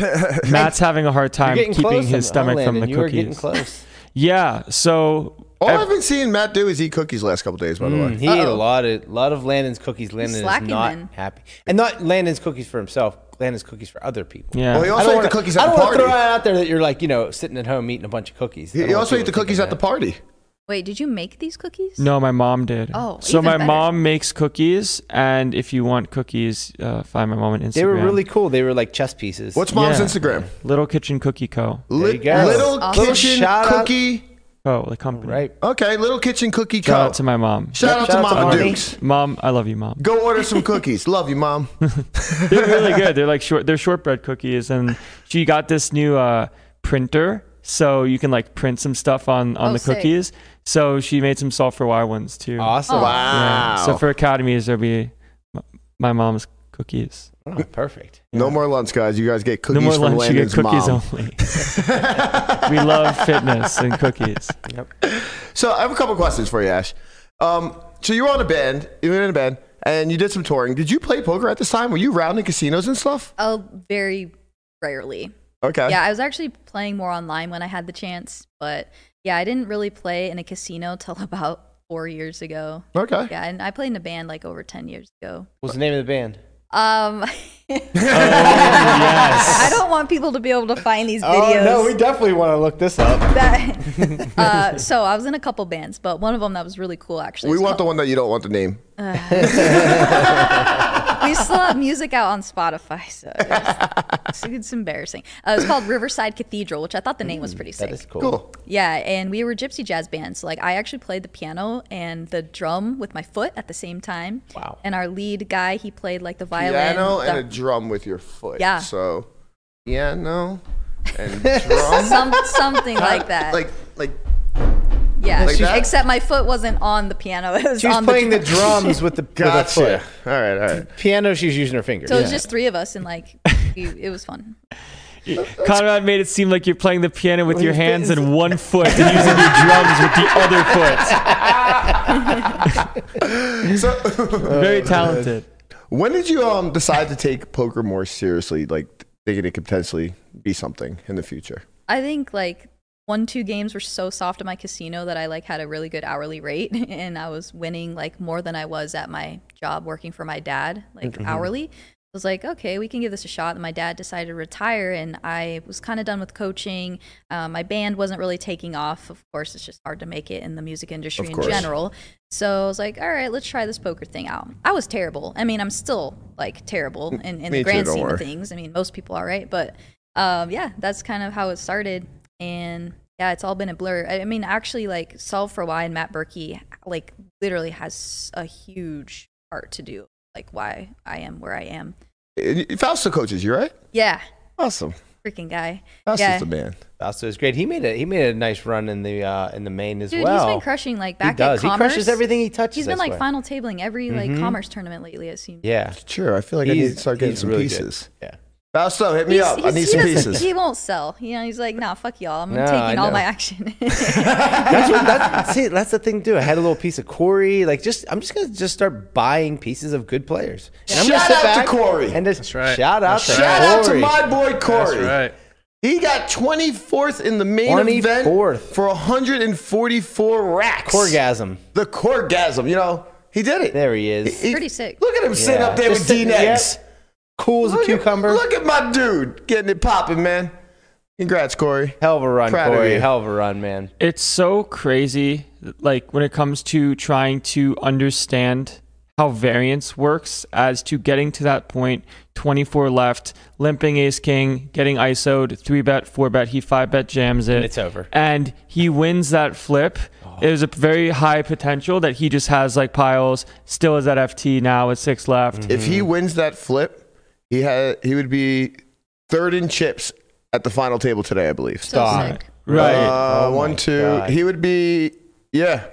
Speaker 4: Matt's having a hard
Speaker 3: You're
Speaker 4: time
Speaker 3: getting
Speaker 4: keeping
Speaker 3: close
Speaker 4: his
Speaker 3: on-
Speaker 4: stomach
Speaker 3: oh,
Speaker 4: from
Speaker 3: Landon,
Speaker 4: the
Speaker 3: you Were getting
Speaker 4: cookies.
Speaker 3: close.
Speaker 4: Yeah, so
Speaker 2: All
Speaker 4: ev-
Speaker 2: I've been seeing Matt do is eat cookies the last couple days, by the
Speaker 3: Mm,
Speaker 2: way.
Speaker 3: he ate a
Speaker 5: Uh-oh.
Speaker 3: lot of lot of Landon's cookies. Landon is
Speaker 5: slacking
Speaker 3: not
Speaker 5: then.
Speaker 3: happy, and not Landon's cookies for himself. Landon's cookies for other people.
Speaker 4: yeah.
Speaker 2: Well, he
Speaker 3: I
Speaker 2: also
Speaker 3: don't
Speaker 2: ate
Speaker 3: wanna-
Speaker 2: the cookies
Speaker 3: I
Speaker 2: at
Speaker 3: don't
Speaker 2: the
Speaker 3: wanna
Speaker 2: party.
Speaker 3: throw it out there that you're like you know sitting at home eating a bunch of cookies. I
Speaker 2: He
Speaker 3: don't want
Speaker 2: also ate
Speaker 3: people
Speaker 2: the
Speaker 3: to think
Speaker 2: cookies
Speaker 3: of
Speaker 2: at the
Speaker 3: that.
Speaker 2: party.
Speaker 5: Wait, did you make these cookies?
Speaker 4: No, my mom did.
Speaker 5: Oh,
Speaker 4: so
Speaker 5: even
Speaker 4: my
Speaker 5: better.
Speaker 4: mom makes cookies, and if you want cookies, uh, find my mom on Instagram.
Speaker 3: They were really cool. They were like chess pieces.
Speaker 2: What's mom's
Speaker 4: Yeah.
Speaker 2: Instagram?
Speaker 4: Little Kitchen Cookie Co.
Speaker 3: There you go.
Speaker 2: Little
Speaker 5: Awesome.
Speaker 2: kitchen
Speaker 3: Shout out-
Speaker 2: cookie.
Speaker 4: Co. The company.
Speaker 3: right?
Speaker 2: Okay, little kitchen cookie.
Speaker 4: Shout
Speaker 2: Co.
Speaker 4: out to my mom.
Speaker 2: Shout
Speaker 3: Yep,
Speaker 2: out to
Speaker 3: shout out to
Speaker 2: Mama
Speaker 3: Marty.
Speaker 2: Dukes.
Speaker 4: Mom, I love you, mom.
Speaker 2: Go order some cookies. Love you, mom.
Speaker 4: They're really good. They're like short. They're shortbread cookies, and she got this new uh, printer, so you can like print some stuff on on
Speaker 5: Oh,
Speaker 4: the
Speaker 5: sick.
Speaker 4: cookies. So she made some salt for Y ones too.
Speaker 3: Awesome.
Speaker 5: Oh. Wow.
Speaker 4: Yeah.
Speaker 2: Wow.
Speaker 4: So for academies, there'll be m- my mom's cookies.
Speaker 3: Oh, perfect.
Speaker 2: no more lunch, guys. You guys get cookies
Speaker 4: no more
Speaker 2: from
Speaker 4: lunch. You get
Speaker 2: Landon's
Speaker 4: cookies
Speaker 2: mom.
Speaker 4: only. we love fitness and cookies.
Speaker 2: So I have a couple questions for you, Ash. Um, so you were on a band. You were in a band, and you did some touring. Did you play poker at this time? Were you rounding casinos and stuff?
Speaker 5: Oh, very rarely.
Speaker 2: Okay.
Speaker 5: Yeah, I was actually playing more online when I had the chance, but yeah, I didn't really play in a casino till about four years ago.
Speaker 2: Okay.
Speaker 5: Yeah, and I played in a band like over ten years ago.
Speaker 3: What's the name of the band?
Speaker 5: Um,
Speaker 4: Oh, yes.
Speaker 5: I don't want people to be able to find
Speaker 2: Oh,
Speaker 5: these videos.
Speaker 3: definitely want to look this up.
Speaker 5: That- uh, so I was in a couple bands, but one of them that was really cool actually.
Speaker 2: We
Speaker 5: It's
Speaker 2: want the
Speaker 5: called-
Speaker 2: one that you don't want the name.
Speaker 5: Oh, we still have music out on Spotify, so it's, it's embarrassing. Uh, it's called Riverside Cathedral, which I thought the name
Speaker 2: Mm,
Speaker 5: was pretty sick.
Speaker 3: That is cool.
Speaker 2: Cool.
Speaker 5: Yeah, and we were gypsy jazz bands. Like I actually played the piano and the drum with my foot at the same time.
Speaker 3: Wow.
Speaker 5: And our lead guy, he played like the violin.
Speaker 2: Piano
Speaker 5: the-
Speaker 2: and a drum with your foot.
Speaker 5: Yeah.
Speaker 2: So piano and drum.
Speaker 5: some, something like that.
Speaker 2: Like like
Speaker 5: yeah.
Speaker 2: like that?
Speaker 5: Except my foot wasn't on the piano. It was
Speaker 3: She was
Speaker 5: on
Speaker 3: playing the,
Speaker 5: drum.
Speaker 3: drums with the with her
Speaker 2: gotcha.
Speaker 3: foot.
Speaker 2: All right, all right.
Speaker 3: Piano, she's using her fingers.
Speaker 5: So it was just three of us, and like we, it was fun.
Speaker 4: Conrad made it seem like you're playing the piano with your hands and one foot and using your drums with the other foot.
Speaker 2: So
Speaker 4: Very talented.
Speaker 2: when did you um decide to take poker more seriously? Like thinking it could potentially be something in the future.
Speaker 5: I think like one two games were so soft at my casino that I like had a really good hourly rate and I was winning like more than I was at my job working for my dad like
Speaker 2: Mm-hmm.
Speaker 5: hourly. I was like, okay, we can give this a shot. And my dad decided to retire, and I was kind of done with coaching. Um, my band wasn't really taking off. Of course, it's just hard to make it in the music industry
Speaker 2: Of
Speaker 5: in
Speaker 2: course.
Speaker 5: general. So I was like, all right, let's try this poker thing out. I was terrible. I mean, I'm still like terrible in, in
Speaker 2: Me
Speaker 5: the
Speaker 2: too,
Speaker 5: grand
Speaker 2: don't
Speaker 5: scheme
Speaker 2: worry.
Speaker 5: of things. I mean, most people are right, but um, yeah, that's kind of how it started. And yeah, it's all been a blur. I I mean, actually, like Solve for Why and Matt Berkey, like literally has a huge part to do, like why I am where I am.
Speaker 2: And Fausto coaches you, right?
Speaker 5: Yeah,
Speaker 2: Awesome.
Speaker 5: freaking guy.
Speaker 2: That's
Speaker 5: yeah.
Speaker 2: just a man.
Speaker 3: Fausto is great. He made a he made a nice run in the uh, in the main as
Speaker 5: Dude,
Speaker 3: well.
Speaker 5: he's been crushing like back
Speaker 3: he does.
Speaker 5: at commerce.
Speaker 3: He crushes everything he touches.
Speaker 5: He's been
Speaker 3: I
Speaker 5: like
Speaker 3: swear.
Speaker 5: final tabling every like
Speaker 3: Mhm.
Speaker 5: commerce tournament lately. It seems.
Speaker 3: Yeah,
Speaker 2: Sure, I feel like I need to start getting
Speaker 3: he's
Speaker 2: some
Speaker 3: really good.
Speaker 2: pieces.
Speaker 3: Yeah.
Speaker 2: Fausto, hit me
Speaker 5: He's-
Speaker 2: up. I
Speaker 5: he's-
Speaker 2: need
Speaker 5: he
Speaker 2: some
Speaker 5: doesn't-
Speaker 2: pieces.
Speaker 5: He won't sell. You know, he's like, nah, fuck y'all. I'm
Speaker 3: No,
Speaker 5: taking
Speaker 3: I
Speaker 5: all
Speaker 3: know.
Speaker 5: my action.
Speaker 3: That's what, that's, see, that's the thing too. I had a little piece of Corey. Like, just I'm just gonna just start buying pieces of good players. And I'm gonna
Speaker 2: Shout
Speaker 3: sit
Speaker 2: out to
Speaker 3: back
Speaker 2: Corey.
Speaker 3: And just
Speaker 6: That's right.
Speaker 3: shout out to
Speaker 6: That's
Speaker 2: Shout out to
Speaker 3: Corey.
Speaker 2: my boy
Speaker 6: That's
Speaker 2: Corey.
Speaker 6: right.
Speaker 2: He got 24th in the main event
Speaker 3: 24th.
Speaker 2: for 144 racks.
Speaker 3: Corgasm.
Speaker 2: The Corgasm, you know, he did it.
Speaker 3: There he is.
Speaker 5: 36.
Speaker 2: Look at him sitting
Speaker 3: Yeah.
Speaker 2: up there
Speaker 3: Just
Speaker 2: with D
Speaker 3: sitting- yep.
Speaker 2: necks.
Speaker 3: Cool as a cucumber.
Speaker 2: Look at my dude getting it popping, man. Congrats, Corey.
Speaker 3: Hell of a run,
Speaker 2: Proud of
Speaker 3: Corey.
Speaker 2: you.
Speaker 3: Hell of a run, man.
Speaker 4: It's so crazy, like when it comes to trying to understand how variance works as to getting to that point 24 left, limping ace king, getting ISO'd, 3 bet, 4 bet, he 5 bet jams it.
Speaker 3: And it's over. Oh.
Speaker 4: And he wins that flip. There's a very high potential that he just has like piles, still is at FT now at 6 left.
Speaker 3: Mm.
Speaker 2: If he
Speaker 3: Mm-hmm.
Speaker 2: wins that flip, he had he would be third in chips at the final table today, I believe.
Speaker 5: So
Speaker 3: Stop.
Speaker 5: sick.
Speaker 4: Right.
Speaker 2: Uh,
Speaker 3: Oh my
Speaker 2: one, two.
Speaker 3: God.
Speaker 2: He would be, yeah.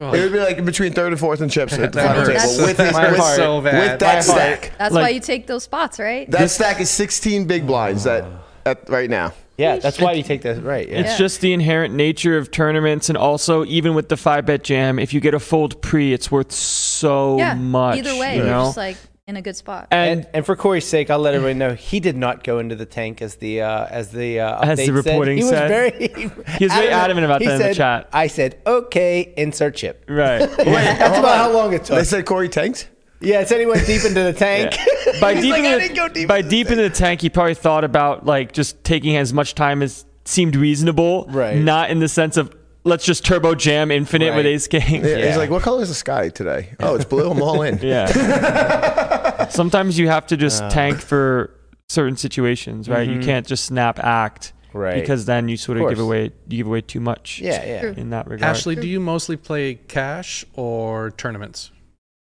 Speaker 6: Oh,
Speaker 2: It would be like between third and fourth in chips at the
Speaker 6: That
Speaker 2: final
Speaker 5: hurts.
Speaker 2: table with, his,
Speaker 6: That
Speaker 2: with,
Speaker 6: hurts so
Speaker 2: with
Speaker 6: bad.
Speaker 2: that
Speaker 3: My heart.
Speaker 2: stack.
Speaker 5: That's
Speaker 4: Like-
Speaker 5: why you take those spots, right?
Speaker 2: That stack is 16 big blinds that
Speaker 3: Oh.
Speaker 2: at right now.
Speaker 3: Yeah, that's why you take that right. Yeah.
Speaker 4: It's just the inherent nature of tournaments, and also even with the five bet jam, if you get a fold pre, it's worth so
Speaker 5: yeah.
Speaker 4: much.
Speaker 5: Either way,
Speaker 4: you
Speaker 5: you're
Speaker 4: know?
Speaker 5: just like in a good spot.
Speaker 4: and
Speaker 3: And, and for Corey's sake, I'll let everyone know he did not go into the tank as the uh, as the uh,
Speaker 4: As
Speaker 3: update
Speaker 4: the
Speaker 3: said.
Speaker 4: reporting
Speaker 3: He was
Speaker 4: said.
Speaker 3: very
Speaker 4: He was very adamant about
Speaker 3: He
Speaker 4: that in the
Speaker 3: said,
Speaker 4: chat.
Speaker 3: I said okay, insert chip.
Speaker 4: right
Speaker 3: That's about how long it took.
Speaker 2: They said Corey tanked?
Speaker 3: yeah, it said he went deep into the tank.
Speaker 4: by
Speaker 3: He's
Speaker 4: deep
Speaker 3: like,
Speaker 4: in
Speaker 3: "I
Speaker 4: the
Speaker 3: didn't go deep
Speaker 4: by
Speaker 3: into the
Speaker 4: deep into the tank, he probably thought about like just taking as much time as seemed reasonable,
Speaker 3: Right.
Speaker 4: Not in the sense of let's just turbo jam infinite with
Speaker 3: Right.
Speaker 4: ace king.
Speaker 2: Yeah. He's
Speaker 3: Yeah.
Speaker 2: like, what color is the sky today? Oh, it's blue. I'm all in.
Speaker 4: Yeah. Sometimes you have to just tank for certain situations, right? You can't just snap act,
Speaker 3: Mm-hmm. Right.
Speaker 4: Because then you sort of,
Speaker 3: Of
Speaker 4: give
Speaker 3: course.
Speaker 4: away you give away too much.
Speaker 3: Yeah, yeah.
Speaker 5: True.
Speaker 4: In that regard,
Speaker 6: Ashley, do you mostly play cash or tournaments?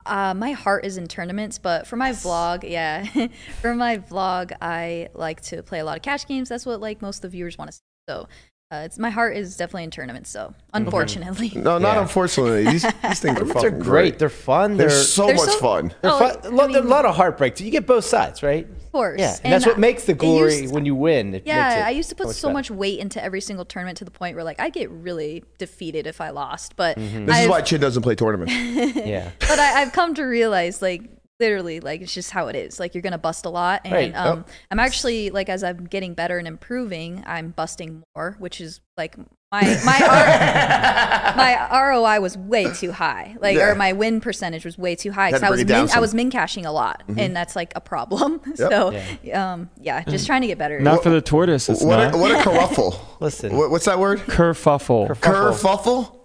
Speaker 5: Uh, my heart is in tournaments, but for my vlog, yeah, for my vlog, I like to play a lot of cash games. That's what like most of the viewers want to see. So, uh, it's my heart is definitely in tournaments. So, unfortunately,
Speaker 2: No, not
Speaker 3: Yeah.
Speaker 2: unfortunately. These, these things are
Speaker 3: They're
Speaker 2: fucking
Speaker 3: great.
Speaker 2: great.
Speaker 3: They're fun. They're,
Speaker 2: They're so
Speaker 5: They're
Speaker 2: much
Speaker 5: so-
Speaker 2: fun.
Speaker 3: they're
Speaker 5: Oh,
Speaker 3: fun.
Speaker 5: I
Speaker 3: Lo- there's a
Speaker 5: mean-
Speaker 3: lot of heartbreak. You get both sides, right?
Speaker 5: of course.
Speaker 3: Yeah, and that's what makes the
Speaker 5: it
Speaker 3: glory
Speaker 5: used-
Speaker 3: when you win. It
Speaker 5: Yeah,
Speaker 3: makes it
Speaker 5: I used to put so
Speaker 3: better.
Speaker 5: much weight into every single tournament to the point where like I get really defeated if I lost. But
Speaker 2: This is
Speaker 5: I've-
Speaker 2: why Chin doesn't play tournaments.
Speaker 3: Yeah,
Speaker 5: but I, I've come to realize, like, literally, like, it's just how it is. Like, you're going to bust a lot. And
Speaker 3: Right.
Speaker 5: um,
Speaker 2: Oh.
Speaker 5: I'm actually, like, as I'm getting better and improving, I'm busting more, which is, like, my my, R- my ROI was way too high. Like,
Speaker 2: Yeah.
Speaker 5: or my win percentage was way too high.
Speaker 2: Had to
Speaker 5: Because I,
Speaker 2: bring
Speaker 5: was
Speaker 2: it down
Speaker 5: min- I
Speaker 2: some. Mm-hmm.
Speaker 5: was min cashing a lot. And that's, like, a problem. So, Um, yeah, just trying to get better.
Speaker 4: not for the tortoise. It's
Speaker 2: What
Speaker 4: not.
Speaker 2: a, what a kerfuffle.
Speaker 3: Listen.
Speaker 2: What, what's that word?
Speaker 4: Kerfuffle.
Speaker 2: Kerfuffle?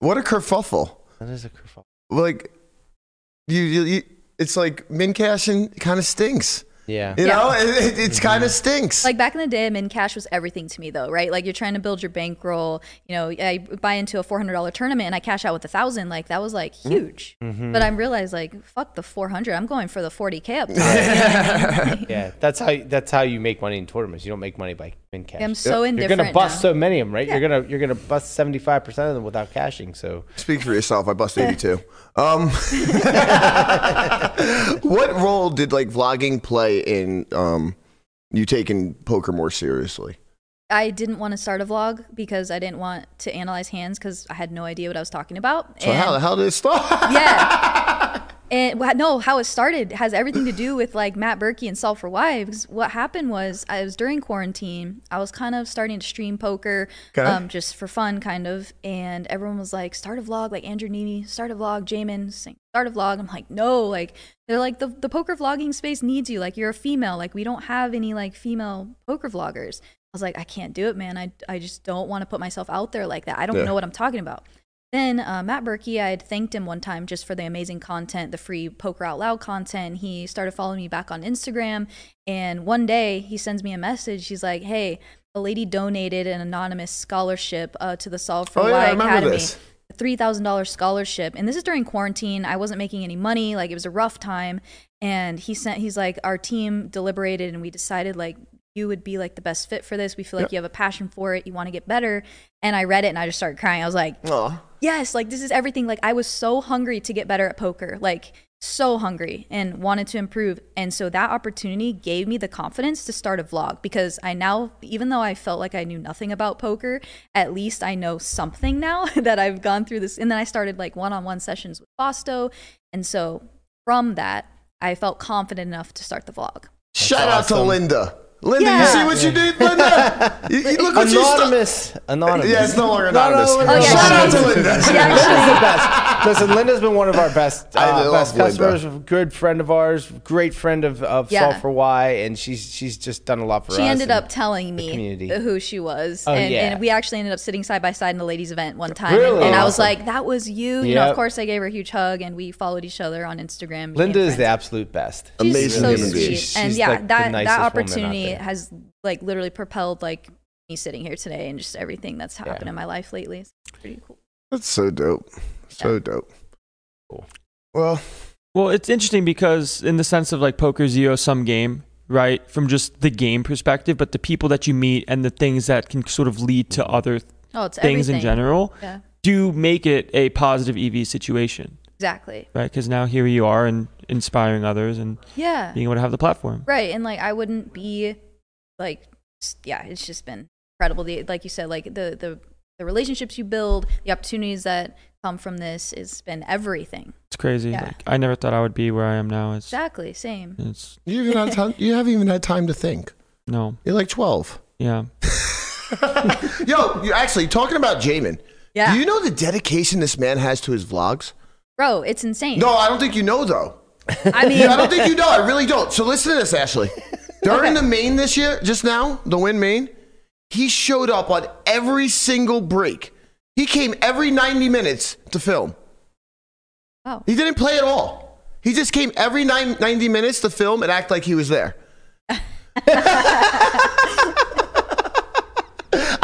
Speaker 2: What a kerfuffle.
Speaker 3: that is a kerfuffle.
Speaker 2: Like, you, you, you it's like min cashing kind of stinks.
Speaker 3: Yeah,
Speaker 2: You
Speaker 5: Yeah.
Speaker 2: know, it, it, it's kind of stinks.
Speaker 5: Like back in the day, min cash was everything to me, though, right? Like you're trying to build your bankroll. You know, I buy into a four hundred dollar tournament and I cash out with a thousand. Like that was
Speaker 2: Mm-hmm.
Speaker 5: like huge. But I realized like fuck the four hundred. I'm going for the forty k up. top. You know what I mean?
Speaker 3: yeah. That's how that's how you make money in tournaments. You don't make money by in cash.
Speaker 5: I'm so
Speaker 3: you're
Speaker 5: indifferent.
Speaker 3: gonna bust
Speaker 5: now.
Speaker 3: so many of them, right? You're gonna you're gonna bust seventy five percent of them without cashing. So
Speaker 2: Speak for yourself. I bust 82. Um, what role did like vlogging play in um, you taking poker more seriously?
Speaker 5: I didn't want to start a vlog because I didn't want to analyze hands because I had no idea what I was talking about.
Speaker 2: So how the hell did it start?
Speaker 5: yeah. And wha- no, how it started has everything to do with like Matt Berkey and Solve for Wives. What happened was I was during quarantine. I was kind of starting to stream poker,
Speaker 2: Okay.
Speaker 5: um, just for fun, kind of. And everyone was like, "Start a vlog," like Andrew Nini, "Start a vlog," Jamin, saying, "Start a vlog." I'm like, "No!" Like they're like the the poker vlogging space needs you. Like you're a female. Like we don't have any like female poker vloggers. I was like, I can't do it, man. I I just don't want to put myself out there like that. I don't
Speaker 2: Yeah.
Speaker 5: know what I'm talking about. Then uh, Matt Berkey, I had thanked him one time just for the amazing content, the free Poker Out Loud content. He started following me back on Instagram. And one day he sends me a message. He's like, hey, a lady donated an anonymous scholarship uh, to the Solve for
Speaker 2: Oh, yeah, I
Speaker 5: Why
Speaker 2: remember
Speaker 5: Academy.
Speaker 2: this.
Speaker 5: a $3,000 scholarship. And this is during quarantine. I wasn't making any money. Like, it was a rough time. And he sent, he's like, our team deliberated and we decided, like, you would be like the best fit for this. We feel like you have a passion for it. You want to get better. And I read it and I just started crying. I was like,
Speaker 2: Oh,
Speaker 5: yes, like this is everything. Like I was so hungry to get better at poker, like so hungry and wanted to improve. And so that opportunity gave me the confidence to start a vlog because I now, even though I felt like I knew nothing about poker, at least I know something now that I've gone through this. And then I started like one on one sessions with Bosto. And so from that, I felt confident enough to start the vlog.
Speaker 2: shout out to Linda. Linda, you
Speaker 5: Yeah.
Speaker 2: see what you did, Linda? You, you look what you stu-
Speaker 3: Anonymous. Anonymous.
Speaker 2: Yeah, it's no longer
Speaker 3: No, no,
Speaker 2: anonymous.
Speaker 3: no,
Speaker 5: no, no.
Speaker 2: Shout out to
Speaker 5: Okay.
Speaker 2: Linda.
Speaker 5: She actually-
Speaker 3: Linda's the best. Listen, Linda's been one of our best, uh,
Speaker 2: I love
Speaker 3: best
Speaker 2: Linda.
Speaker 3: customers, good friend of ours, great friend of, of
Speaker 5: Yeah.
Speaker 3: Solve for Why, and she's she's just done a lot for
Speaker 5: she
Speaker 3: us.
Speaker 5: ended
Speaker 3: and-
Speaker 5: up telling me
Speaker 3: community.
Speaker 5: who she was
Speaker 3: Oh,
Speaker 5: and,
Speaker 3: yeah.
Speaker 5: and we actually ended up sitting side by side in a ladies event one time
Speaker 3: Really?
Speaker 5: and i was
Speaker 3: Awesome.
Speaker 5: like that was you you know
Speaker 3: Yep.
Speaker 5: of course i gave her a huge hug and we followed each other on instagram
Speaker 3: Linda is the
Speaker 5: that
Speaker 3: absolute best.
Speaker 5: she's
Speaker 2: amazing
Speaker 5: so
Speaker 2: human being.
Speaker 5: sweet
Speaker 3: She's-
Speaker 5: and
Speaker 3: she's
Speaker 5: yeah
Speaker 3: like the
Speaker 5: that
Speaker 3: nicest
Speaker 5: that
Speaker 3: woman out
Speaker 5: opportunity
Speaker 3: there.
Speaker 5: has like literally propelled like me sitting here today and just everything that's happened in my life lately it's pretty cool
Speaker 2: That's so dope. So dope.
Speaker 3: Cool.
Speaker 2: Well,
Speaker 4: Well, it's interesting because in the sense of like poker zero sum game, right? From just the game perspective, but the people that you meet and the things that can sort of lead to other
Speaker 5: oh it's
Speaker 4: things
Speaker 5: everything
Speaker 4: in general
Speaker 5: yeah
Speaker 4: do make it a positive EV situation,
Speaker 5: exactly
Speaker 4: right? Because now here you are and inspiring others and
Speaker 5: yeah
Speaker 4: being able to have the platform.
Speaker 5: Right. And like I wouldn't be like s- yeah, it's just been incredible. The like you said, like the the the relationships you build, the opportunities that come from this has been everything.
Speaker 4: It's crazy.
Speaker 5: Yeah.
Speaker 4: Like I never thought I would be where I am now. It's
Speaker 5: Exactly. Same.
Speaker 4: it's
Speaker 2: you even had time, you haven't even had time to think.
Speaker 4: no,
Speaker 2: You're like 12.
Speaker 4: yeah.
Speaker 2: Yo, you actually talking about Jamin.
Speaker 5: Yeah.
Speaker 2: Do you know the dedication this man has to his vlogs?
Speaker 5: Bro, it's insane.
Speaker 2: No, I don't think you know though.
Speaker 5: I mean
Speaker 2: Yeah, I don't think you know. I really don't. So listen to this, Ashley. During the main this year, just now, the win main, he showed up on every single break. He came every 90 minutes to film.
Speaker 5: Wow.
Speaker 2: He didn't play at all. He just came every nine, 90 minutes to film and act like he was there.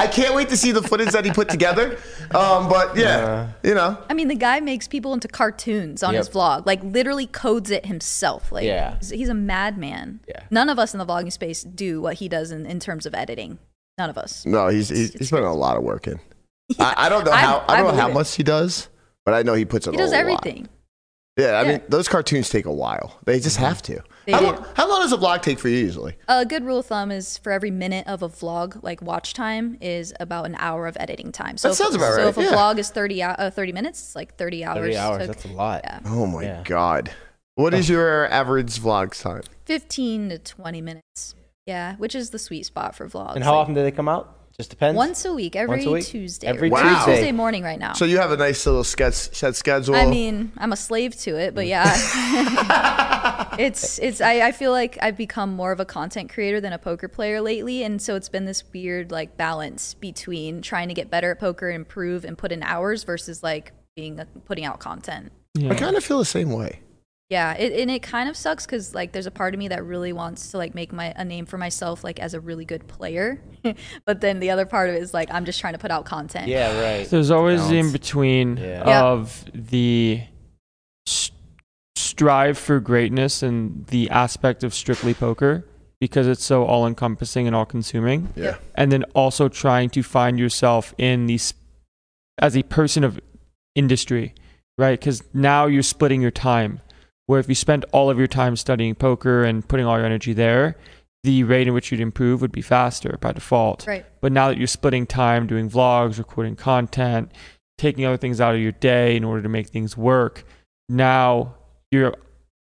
Speaker 2: I can't wait to see the footage that he put together. Um, but yeah, you know.
Speaker 5: I mean, the guy makes people into cartoons on his
Speaker 3: Yep.
Speaker 5: vlog, like literally codes it himself. Like,
Speaker 3: Yeah.
Speaker 5: he's, he's a madman.
Speaker 3: Yeah.
Speaker 5: None of us in the vlogging space do what he does in, in terms of editing. None of us.
Speaker 2: No, he's he's, he's putting a lot of work in. I, I don't know
Speaker 5: I-
Speaker 2: how I,
Speaker 5: I
Speaker 2: don't know how
Speaker 5: believe it.
Speaker 2: much he does, but I know he puts it.
Speaker 5: He
Speaker 2: a
Speaker 5: does
Speaker 2: lot.
Speaker 5: everything.
Speaker 2: Yeah, I
Speaker 5: Yeah.
Speaker 2: mean those cartoons take a while. They just have to.
Speaker 5: They
Speaker 2: How
Speaker 5: do.
Speaker 2: long, how long does a vlog take for you usually?
Speaker 5: A good rule of thumb is for every minute of a vlog, like watch time, is about an hour of editing time. So
Speaker 2: That
Speaker 5: if-
Speaker 2: sounds about
Speaker 5: So
Speaker 2: right,
Speaker 5: if a
Speaker 2: yeah.
Speaker 5: vlog is 30, hou- uh, 30 minutes, it's like 30 hours.
Speaker 3: 30 hours.
Speaker 5: So
Speaker 3: That's a lot.
Speaker 5: Yeah.
Speaker 2: Oh my
Speaker 3: Yeah.
Speaker 2: god! Oh. What is your average vlog time?
Speaker 5: 15 to 20 minutes. Yeah, which is the sweet spot for vlogs.
Speaker 3: And how
Speaker 5: Like,
Speaker 3: often do they come out? Just depends.
Speaker 5: Once a week, every
Speaker 3: Once a week?
Speaker 5: Tuesday.
Speaker 3: Every
Speaker 5: Wow.
Speaker 2: Tuesday.
Speaker 5: Tuesday morning right now.
Speaker 2: So you have a nice little sketch set schedule.
Speaker 5: I mean, I'm a slave to it, but yeah. it's it's I, I feel like I've become more of a content creator than a poker player lately, and so it's been this weird like balance between trying to get better at poker and improve and put in hours versus like being putting out content.
Speaker 4: yeah.
Speaker 2: I kind of feel the same way.
Speaker 5: Yeah, it, and it kind of sucks because like there's a part of me that really wants to like make my a name for myself like as a really good player, but then the other part of it is like I'm just trying to put out content.
Speaker 3: Yeah, right.
Speaker 4: There's always the in
Speaker 3: Balance.
Speaker 4: between
Speaker 3: Yeah.
Speaker 5: Yeah.
Speaker 4: of the s- strive for greatness and the aspect of strictly poker because it's so all encompassing and all consuming.
Speaker 2: Yeah.
Speaker 4: And then also trying to find yourself in these as a person of industry, right? Because now you're splitting your time. Where if you spent all of your time studying poker and putting all your energy there, the rate in which you'd improve would be faster by default.
Speaker 5: Right.
Speaker 4: But now that you're splitting time doing vlogs, recording content, taking other things out of your day in order to make things work, now you're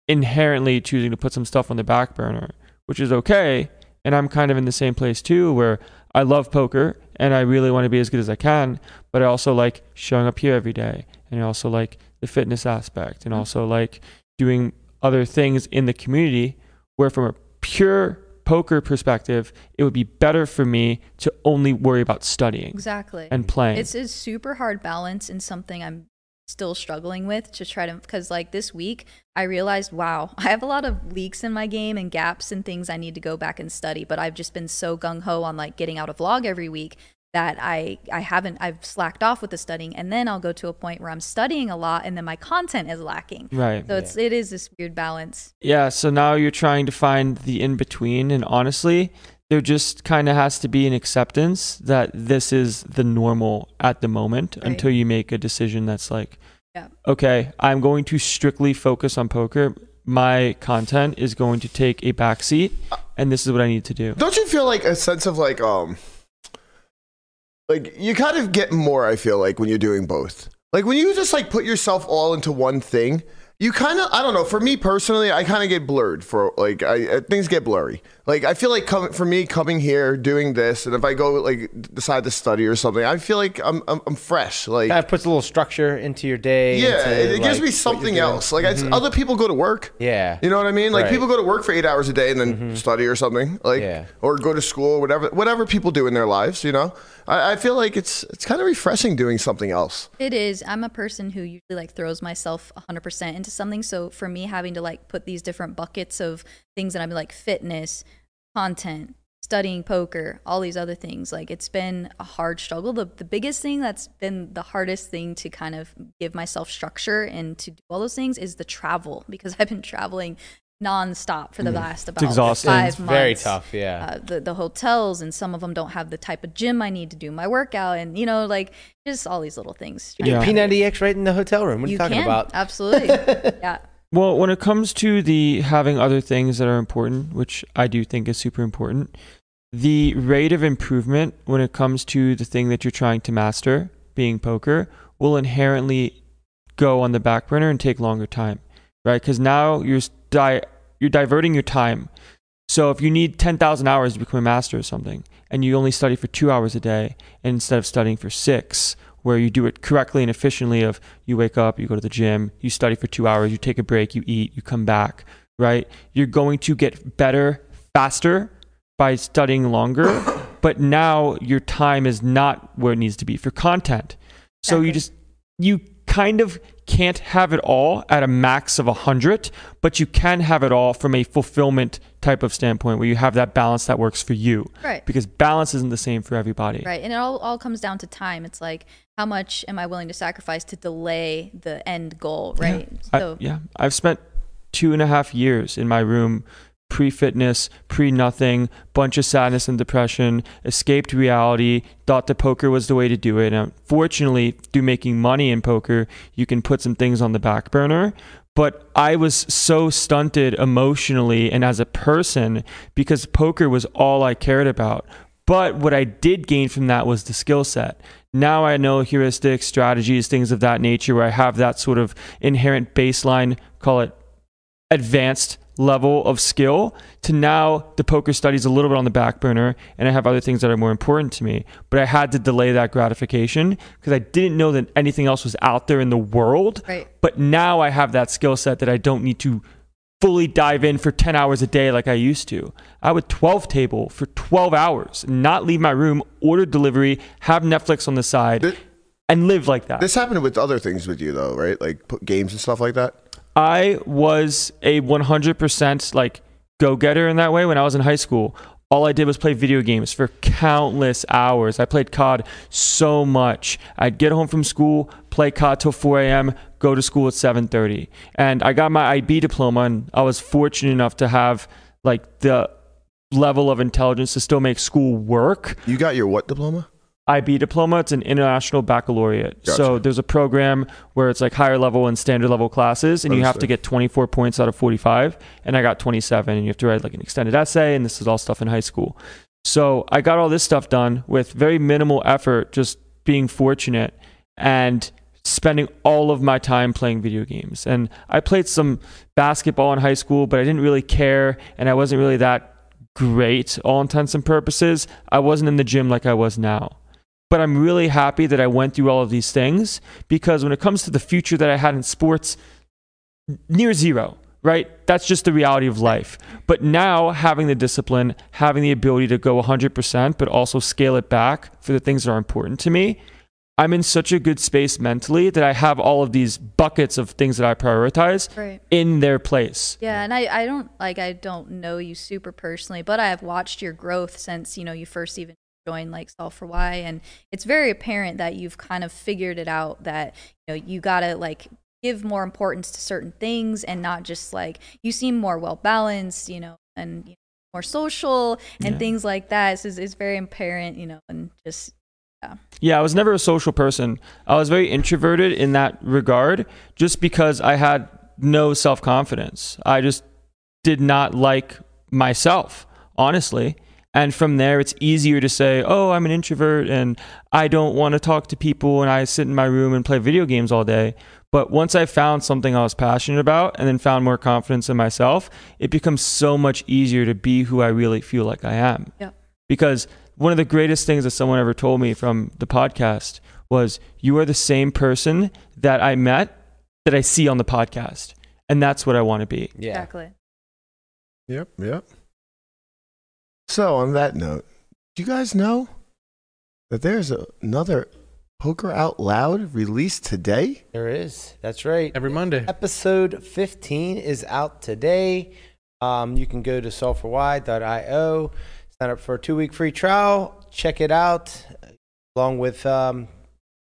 Speaker 4: inherently choosing to put some stuff on the back burner, which is okay. And I'm kind of in the same place too, where I love poker and I really want to be as good as I can, but I also like showing up here every day. And I also like the fitness aspect
Speaker 5: Mm-hmm.
Speaker 4: and also like doing other things in the community where, from a pure poker perspective, it would be better for me to only worry about studying
Speaker 5: Exactly.
Speaker 4: and playing.
Speaker 5: It's a super hard balance and something I'm still struggling with to try to because like this week I realized wow I have a lot of leaks in my game and gaps and things I need to go back and study but I've just been so gung ho on like getting out a vlog every week that I I haven't I've slacked off with the studying and then I'll go to a point where I'm studying a lot and then my content is lacking
Speaker 4: right.
Speaker 5: so it's it is this weird balance
Speaker 4: Yeah, so now you're trying to find the in between, and honestly, there just kind of has to be an acceptance that this is the normal at the moment
Speaker 5: Right.
Speaker 4: until you make a decision that's like,
Speaker 5: Yeah.
Speaker 4: okay, I'm going to strictly focus on poker. My content is going to take a backseat, and this is what I need to do.
Speaker 2: Don't you feel like a sense of like um like you kind of get more I feel like when you're doing both. Like when you just like put yourself all into one thing, you kind of I don't know, for me personally, I kind of get blurred for like I uh, things get blurry. Like I feel like coming for me coming here doing this and if I go like decide to study or something, I feel like I'm I'm, I'm fresh. Like
Speaker 3: Kind of puts a little structure into your day.
Speaker 2: yeah,
Speaker 3: into,
Speaker 2: it, it
Speaker 3: like,
Speaker 2: gives
Speaker 3: what
Speaker 2: me
Speaker 3: you're
Speaker 2: something
Speaker 3: doing. Mm-hmm.
Speaker 2: else. Like I, other people go to work.
Speaker 3: Yeah.
Speaker 2: You know what I mean? Like
Speaker 3: Right.
Speaker 2: people go to work for eight hours a day and then study or something, like
Speaker 3: Yeah.
Speaker 2: or go to school, or whatever whatever people do in their lives. You know, I, I feel like it's it's kind of refreshing doing something else.
Speaker 5: It is. I'm a person who usually like throws myself 100% into something. So for me, having to like put these different buckets of things that I'm like fitness, content, studying poker, all these other things, like it's been a hard struggle. The, the biggest thing that's been the hardest thing to kind of give myself structure and to do all those things is the travel because I've been traveling nonstop for the last about
Speaker 4: exhausting.
Speaker 5: five
Speaker 4: Mm. It's
Speaker 5: months
Speaker 3: Very tough. Yeah.
Speaker 5: uh, the, the hotels and some of them don't have the type of gym I need to do my workout and you know like just all these little things.
Speaker 4: Yeah.
Speaker 5: You
Speaker 3: P90X right in the hotel room. What are you, talking
Speaker 5: can,
Speaker 3: about?
Speaker 5: Absolutely. yeah.
Speaker 4: Well, when it comes to the having other things that are important, which I do think is super important, the rate of improvement when it comes to the thing that you're trying to master, being poker, will inherently go on the back burner and take longer time, right? Because now you're s- di- you're diverting your time. So if you need 10,000 hours to become a master of something, and you only study for two hours a day instead of studying for six, where you do it correctly and efficiently of you wake up, you go to the gym, you study for two hours, you take a break, you eat, you come back, right? You're going to get better faster by studying longer, but now your time is not where it needs to be for content. So you
Speaker 5: Exactly.
Speaker 4: just, you kind of can't have it all at a max of 100, but you can have it all from a fulfillment type of standpoint where you have that balance that works for you.
Speaker 5: Right.
Speaker 4: Because balance isn't the same for everybody.
Speaker 5: Right. And it all, all comes down to time. It's like how much am I willing to sacrifice to delay the end goal, right?
Speaker 4: I-
Speaker 5: So
Speaker 4: yeah, I've spent two and a half years in my room, pre-fitness, pre-nothing, bunch of sadness and depression, escaped reality, thought that poker was the way to do it. And fortunately, through making money in poker, you can put some things on the back burner. But I was so stunted emotionally and as a person because poker was all I cared about. But what I did gain from that was the skill set. Now I know heuristics, strategies, things of that nature, where I have that sort of inherent baseline, call it advanced level of skill, to now the poker study's a little bit on the back burner and I have other things that are more important to me. But I had to delay that gratification because I didn't know that anything else was out there in the world.
Speaker 5: Right.
Speaker 4: But now I have that skill set that I don't need to fully dive in for 10 hours a day like I used to. I would 12 table for 12 hours, not leave my room, order delivery, have Netflix on the side,
Speaker 2: Th-
Speaker 4: and live like that.
Speaker 2: This happened with other things with you though, right? Like put games and stuff like that.
Speaker 4: I was a 100% like go getter in that way when I was in high school. All I did was play video games for countless hours. I played COD so much. I'd get home from school, play COD till 4 a.m., go to school at 7:30, and I got my IB diploma, and I was fortunate enough to have like the level of intelligence to still make school work.
Speaker 2: You got your what diploma?
Speaker 4: IB diploma. It's an international baccalaureate.
Speaker 2: Gotcha.
Speaker 4: So there's a program where it's like higher level and standard level classes, and you have to
Speaker 2: Understood.
Speaker 4: get 24 points out of 45. And I got 27, and you have to write like an extended essay. And this is all stuff in high school. So I got all this stuff done with very minimal effort, just being fortunate and spending all of my time playing video games. And I played some basketball in high school, but I didn't really care, and I wasn't really that great, all intents and purposes. I wasn't in the gym like I was now but I'm really happy that I went through all of these things because when it comes to the future that I had in sports, n- near zero, right? That's just the reality of life. But now having the discipline, having the ability to go 100%, but also scale it back for the things that are important to me, I'm in such a good space mentally that I have all of these buckets of things that I prioritize
Speaker 5: Right.
Speaker 4: in their place.
Speaker 5: Yeah, and I, I don't like I don't know you super personally, but I have watched your growth since you know you first even joined like Solve for Why, and it's very apparent that you've kind of figured it out that you know you gotta like give more importance to certain things and not just like you seem more well balanced, you know, and you know, more social and
Speaker 4: Yeah.
Speaker 5: things like that. It's, it's very apparent, you know, and just
Speaker 4: Yeah, I was never a social person. I was very introverted in that regard just because I had no self confidence. I just did not like myself, honestly. And from there, it's easier to say, oh, I'm an introvert and I don't want to talk to people and I sit in my room and play video games all day. But once I found something I was passionate about and then found more confidence in myself, it becomes so much easier to be who I really feel like I am because one of the greatest things that someone ever told me from the podcast was you are the same person that I met that I see on the podcast and that's what I want to be.
Speaker 3: Yeah.
Speaker 5: exactly.
Speaker 2: Yep, yep. So, on that note, do you guys know that there's a, another Poker Out Loud released today?
Speaker 3: There is. That's right.
Speaker 6: Every Monday.
Speaker 3: Episode 15 is out today. Um, you can go to solfory.io, sign up for a two week free trial, check it out, along with um,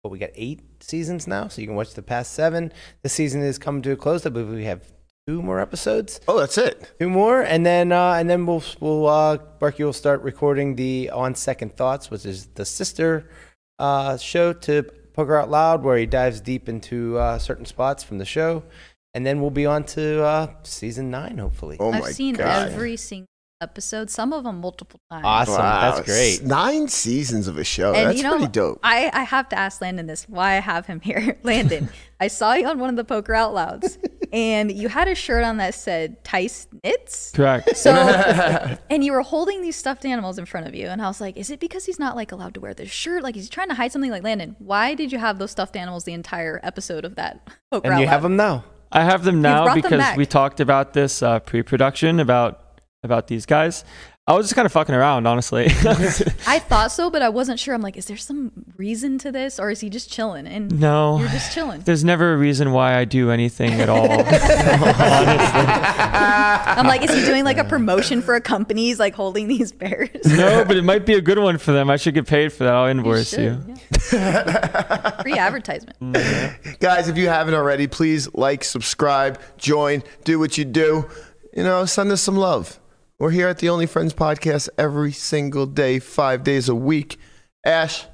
Speaker 3: what we got eight seasons now, so you can watch the past seven. The season is coming to a close. I believe we have two more episodes,
Speaker 2: Oh, that's it.
Speaker 3: two more, and then uh, and then we'll we'll uh, Barky will start recording the on second thoughts, which is the sister uh, show to Poker Out Loud, where he dives deep into uh, certain spots from the show, and then we'll be on to uh, season nine, hopefully.
Speaker 2: Oh my
Speaker 5: I've seen
Speaker 2: God.
Speaker 5: every single episode, some of them multiple times.
Speaker 3: Awesome,
Speaker 2: Wow,
Speaker 3: that's great.
Speaker 2: Nine seasons of a show.
Speaker 5: And
Speaker 2: Oh, that's
Speaker 5: you know,
Speaker 2: pretty dope.
Speaker 5: I, I have to ask Landon this, why I have him here. Landon, I saw you on one of the Poker Out Louds, and you had a shirt on that said Tice Knits.
Speaker 4: Correct.
Speaker 5: So, and you were holding these stuffed animals in front of you, and I was like, is it because he's not like allowed to wear this shirt? Like he's trying to hide something. Like Landon, why did you have those stuffed animals the entire episode of that Poker
Speaker 3: And
Speaker 5: Out
Speaker 3: you have
Speaker 5: Loud?
Speaker 3: them now.
Speaker 4: I have them now
Speaker 5: brought them
Speaker 4: because
Speaker 5: back.
Speaker 4: we talked about this uh, pre-production about about these guys. I was just kind of fucking around, honestly.
Speaker 5: I thought so, but I wasn't sure. I'm like, is there some reason to this, or is he just chilling? And
Speaker 4: no.
Speaker 5: you're just chilling.
Speaker 4: There's never a reason why I do anything at all.
Speaker 5: I'm like, is he doing like a promotion for a company? He's like holding these bears.
Speaker 4: no, but it might be a good one for them. I should get paid for that. I'll invoice you.
Speaker 5: should, yeah. Free advertisement.
Speaker 2: Guys, if you haven't already, please like, subscribe, join, do what you do. You know, send us some love. We're here at the Only Friends podcast every single day, five days a week. Ash,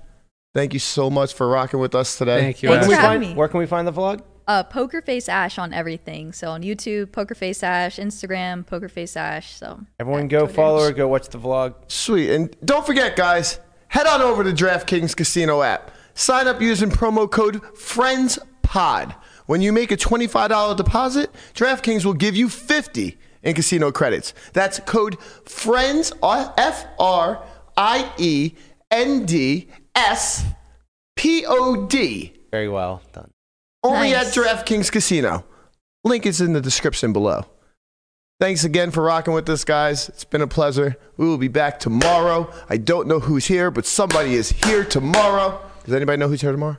Speaker 2: thank you so much for rocking with us today.
Speaker 6: Thank you.
Speaker 5: Thanks
Speaker 6: Ash.
Speaker 5: for
Speaker 3: we
Speaker 5: having
Speaker 3: find,
Speaker 5: me.
Speaker 3: Where can we find the vlog?
Speaker 5: Uh, Poker Face Ash on everything. So on YouTube, Poker Face Ash, Instagram, Poker Face Ash. So
Speaker 3: Everyone,
Speaker 5: at
Speaker 3: go
Speaker 5: Twitter.
Speaker 3: follow her. Go watch the vlog.
Speaker 2: Sweet. And don't forget, guys, head on over to DraftKings Casino app. Sign up using promo code FRIENDSPOD. When you make a $25 deposit, DraftKings will give you 50 in casino credits. That's code FRIENDS, R- F R I E N D S P O E D.
Speaker 3: Very well done.
Speaker 2: Only
Speaker 5: Nice.
Speaker 2: at DraftKings Casino. Link is in the description below. Thanks again for rocking with us, guys. It's been a pleasure. We will be back tomorrow. I don't know who's here, but somebody is here tomorrow. Does anybody know who's here tomorrow?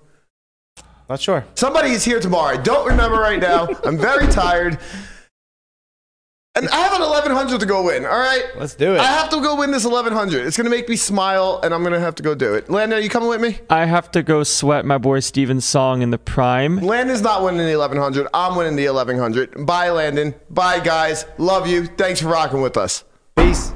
Speaker 3: Not sure.
Speaker 2: Somebody is here tomorrow. I don't remember right now. I'm very tired. And I have an 1100 to go win, all right?
Speaker 3: Let's do it.
Speaker 2: I have to go win this 1100. It's going to make me smile, and I'm going to have to go do it. Landon, are you coming with me?
Speaker 4: I have to go sweat my boy Steven's song in the prime.
Speaker 2: Landon's not winning the 1100. I'm winning the 1100. Bye, Landon. Bye, guys. Love you. Thanks for rocking with us.
Speaker 3: Peace.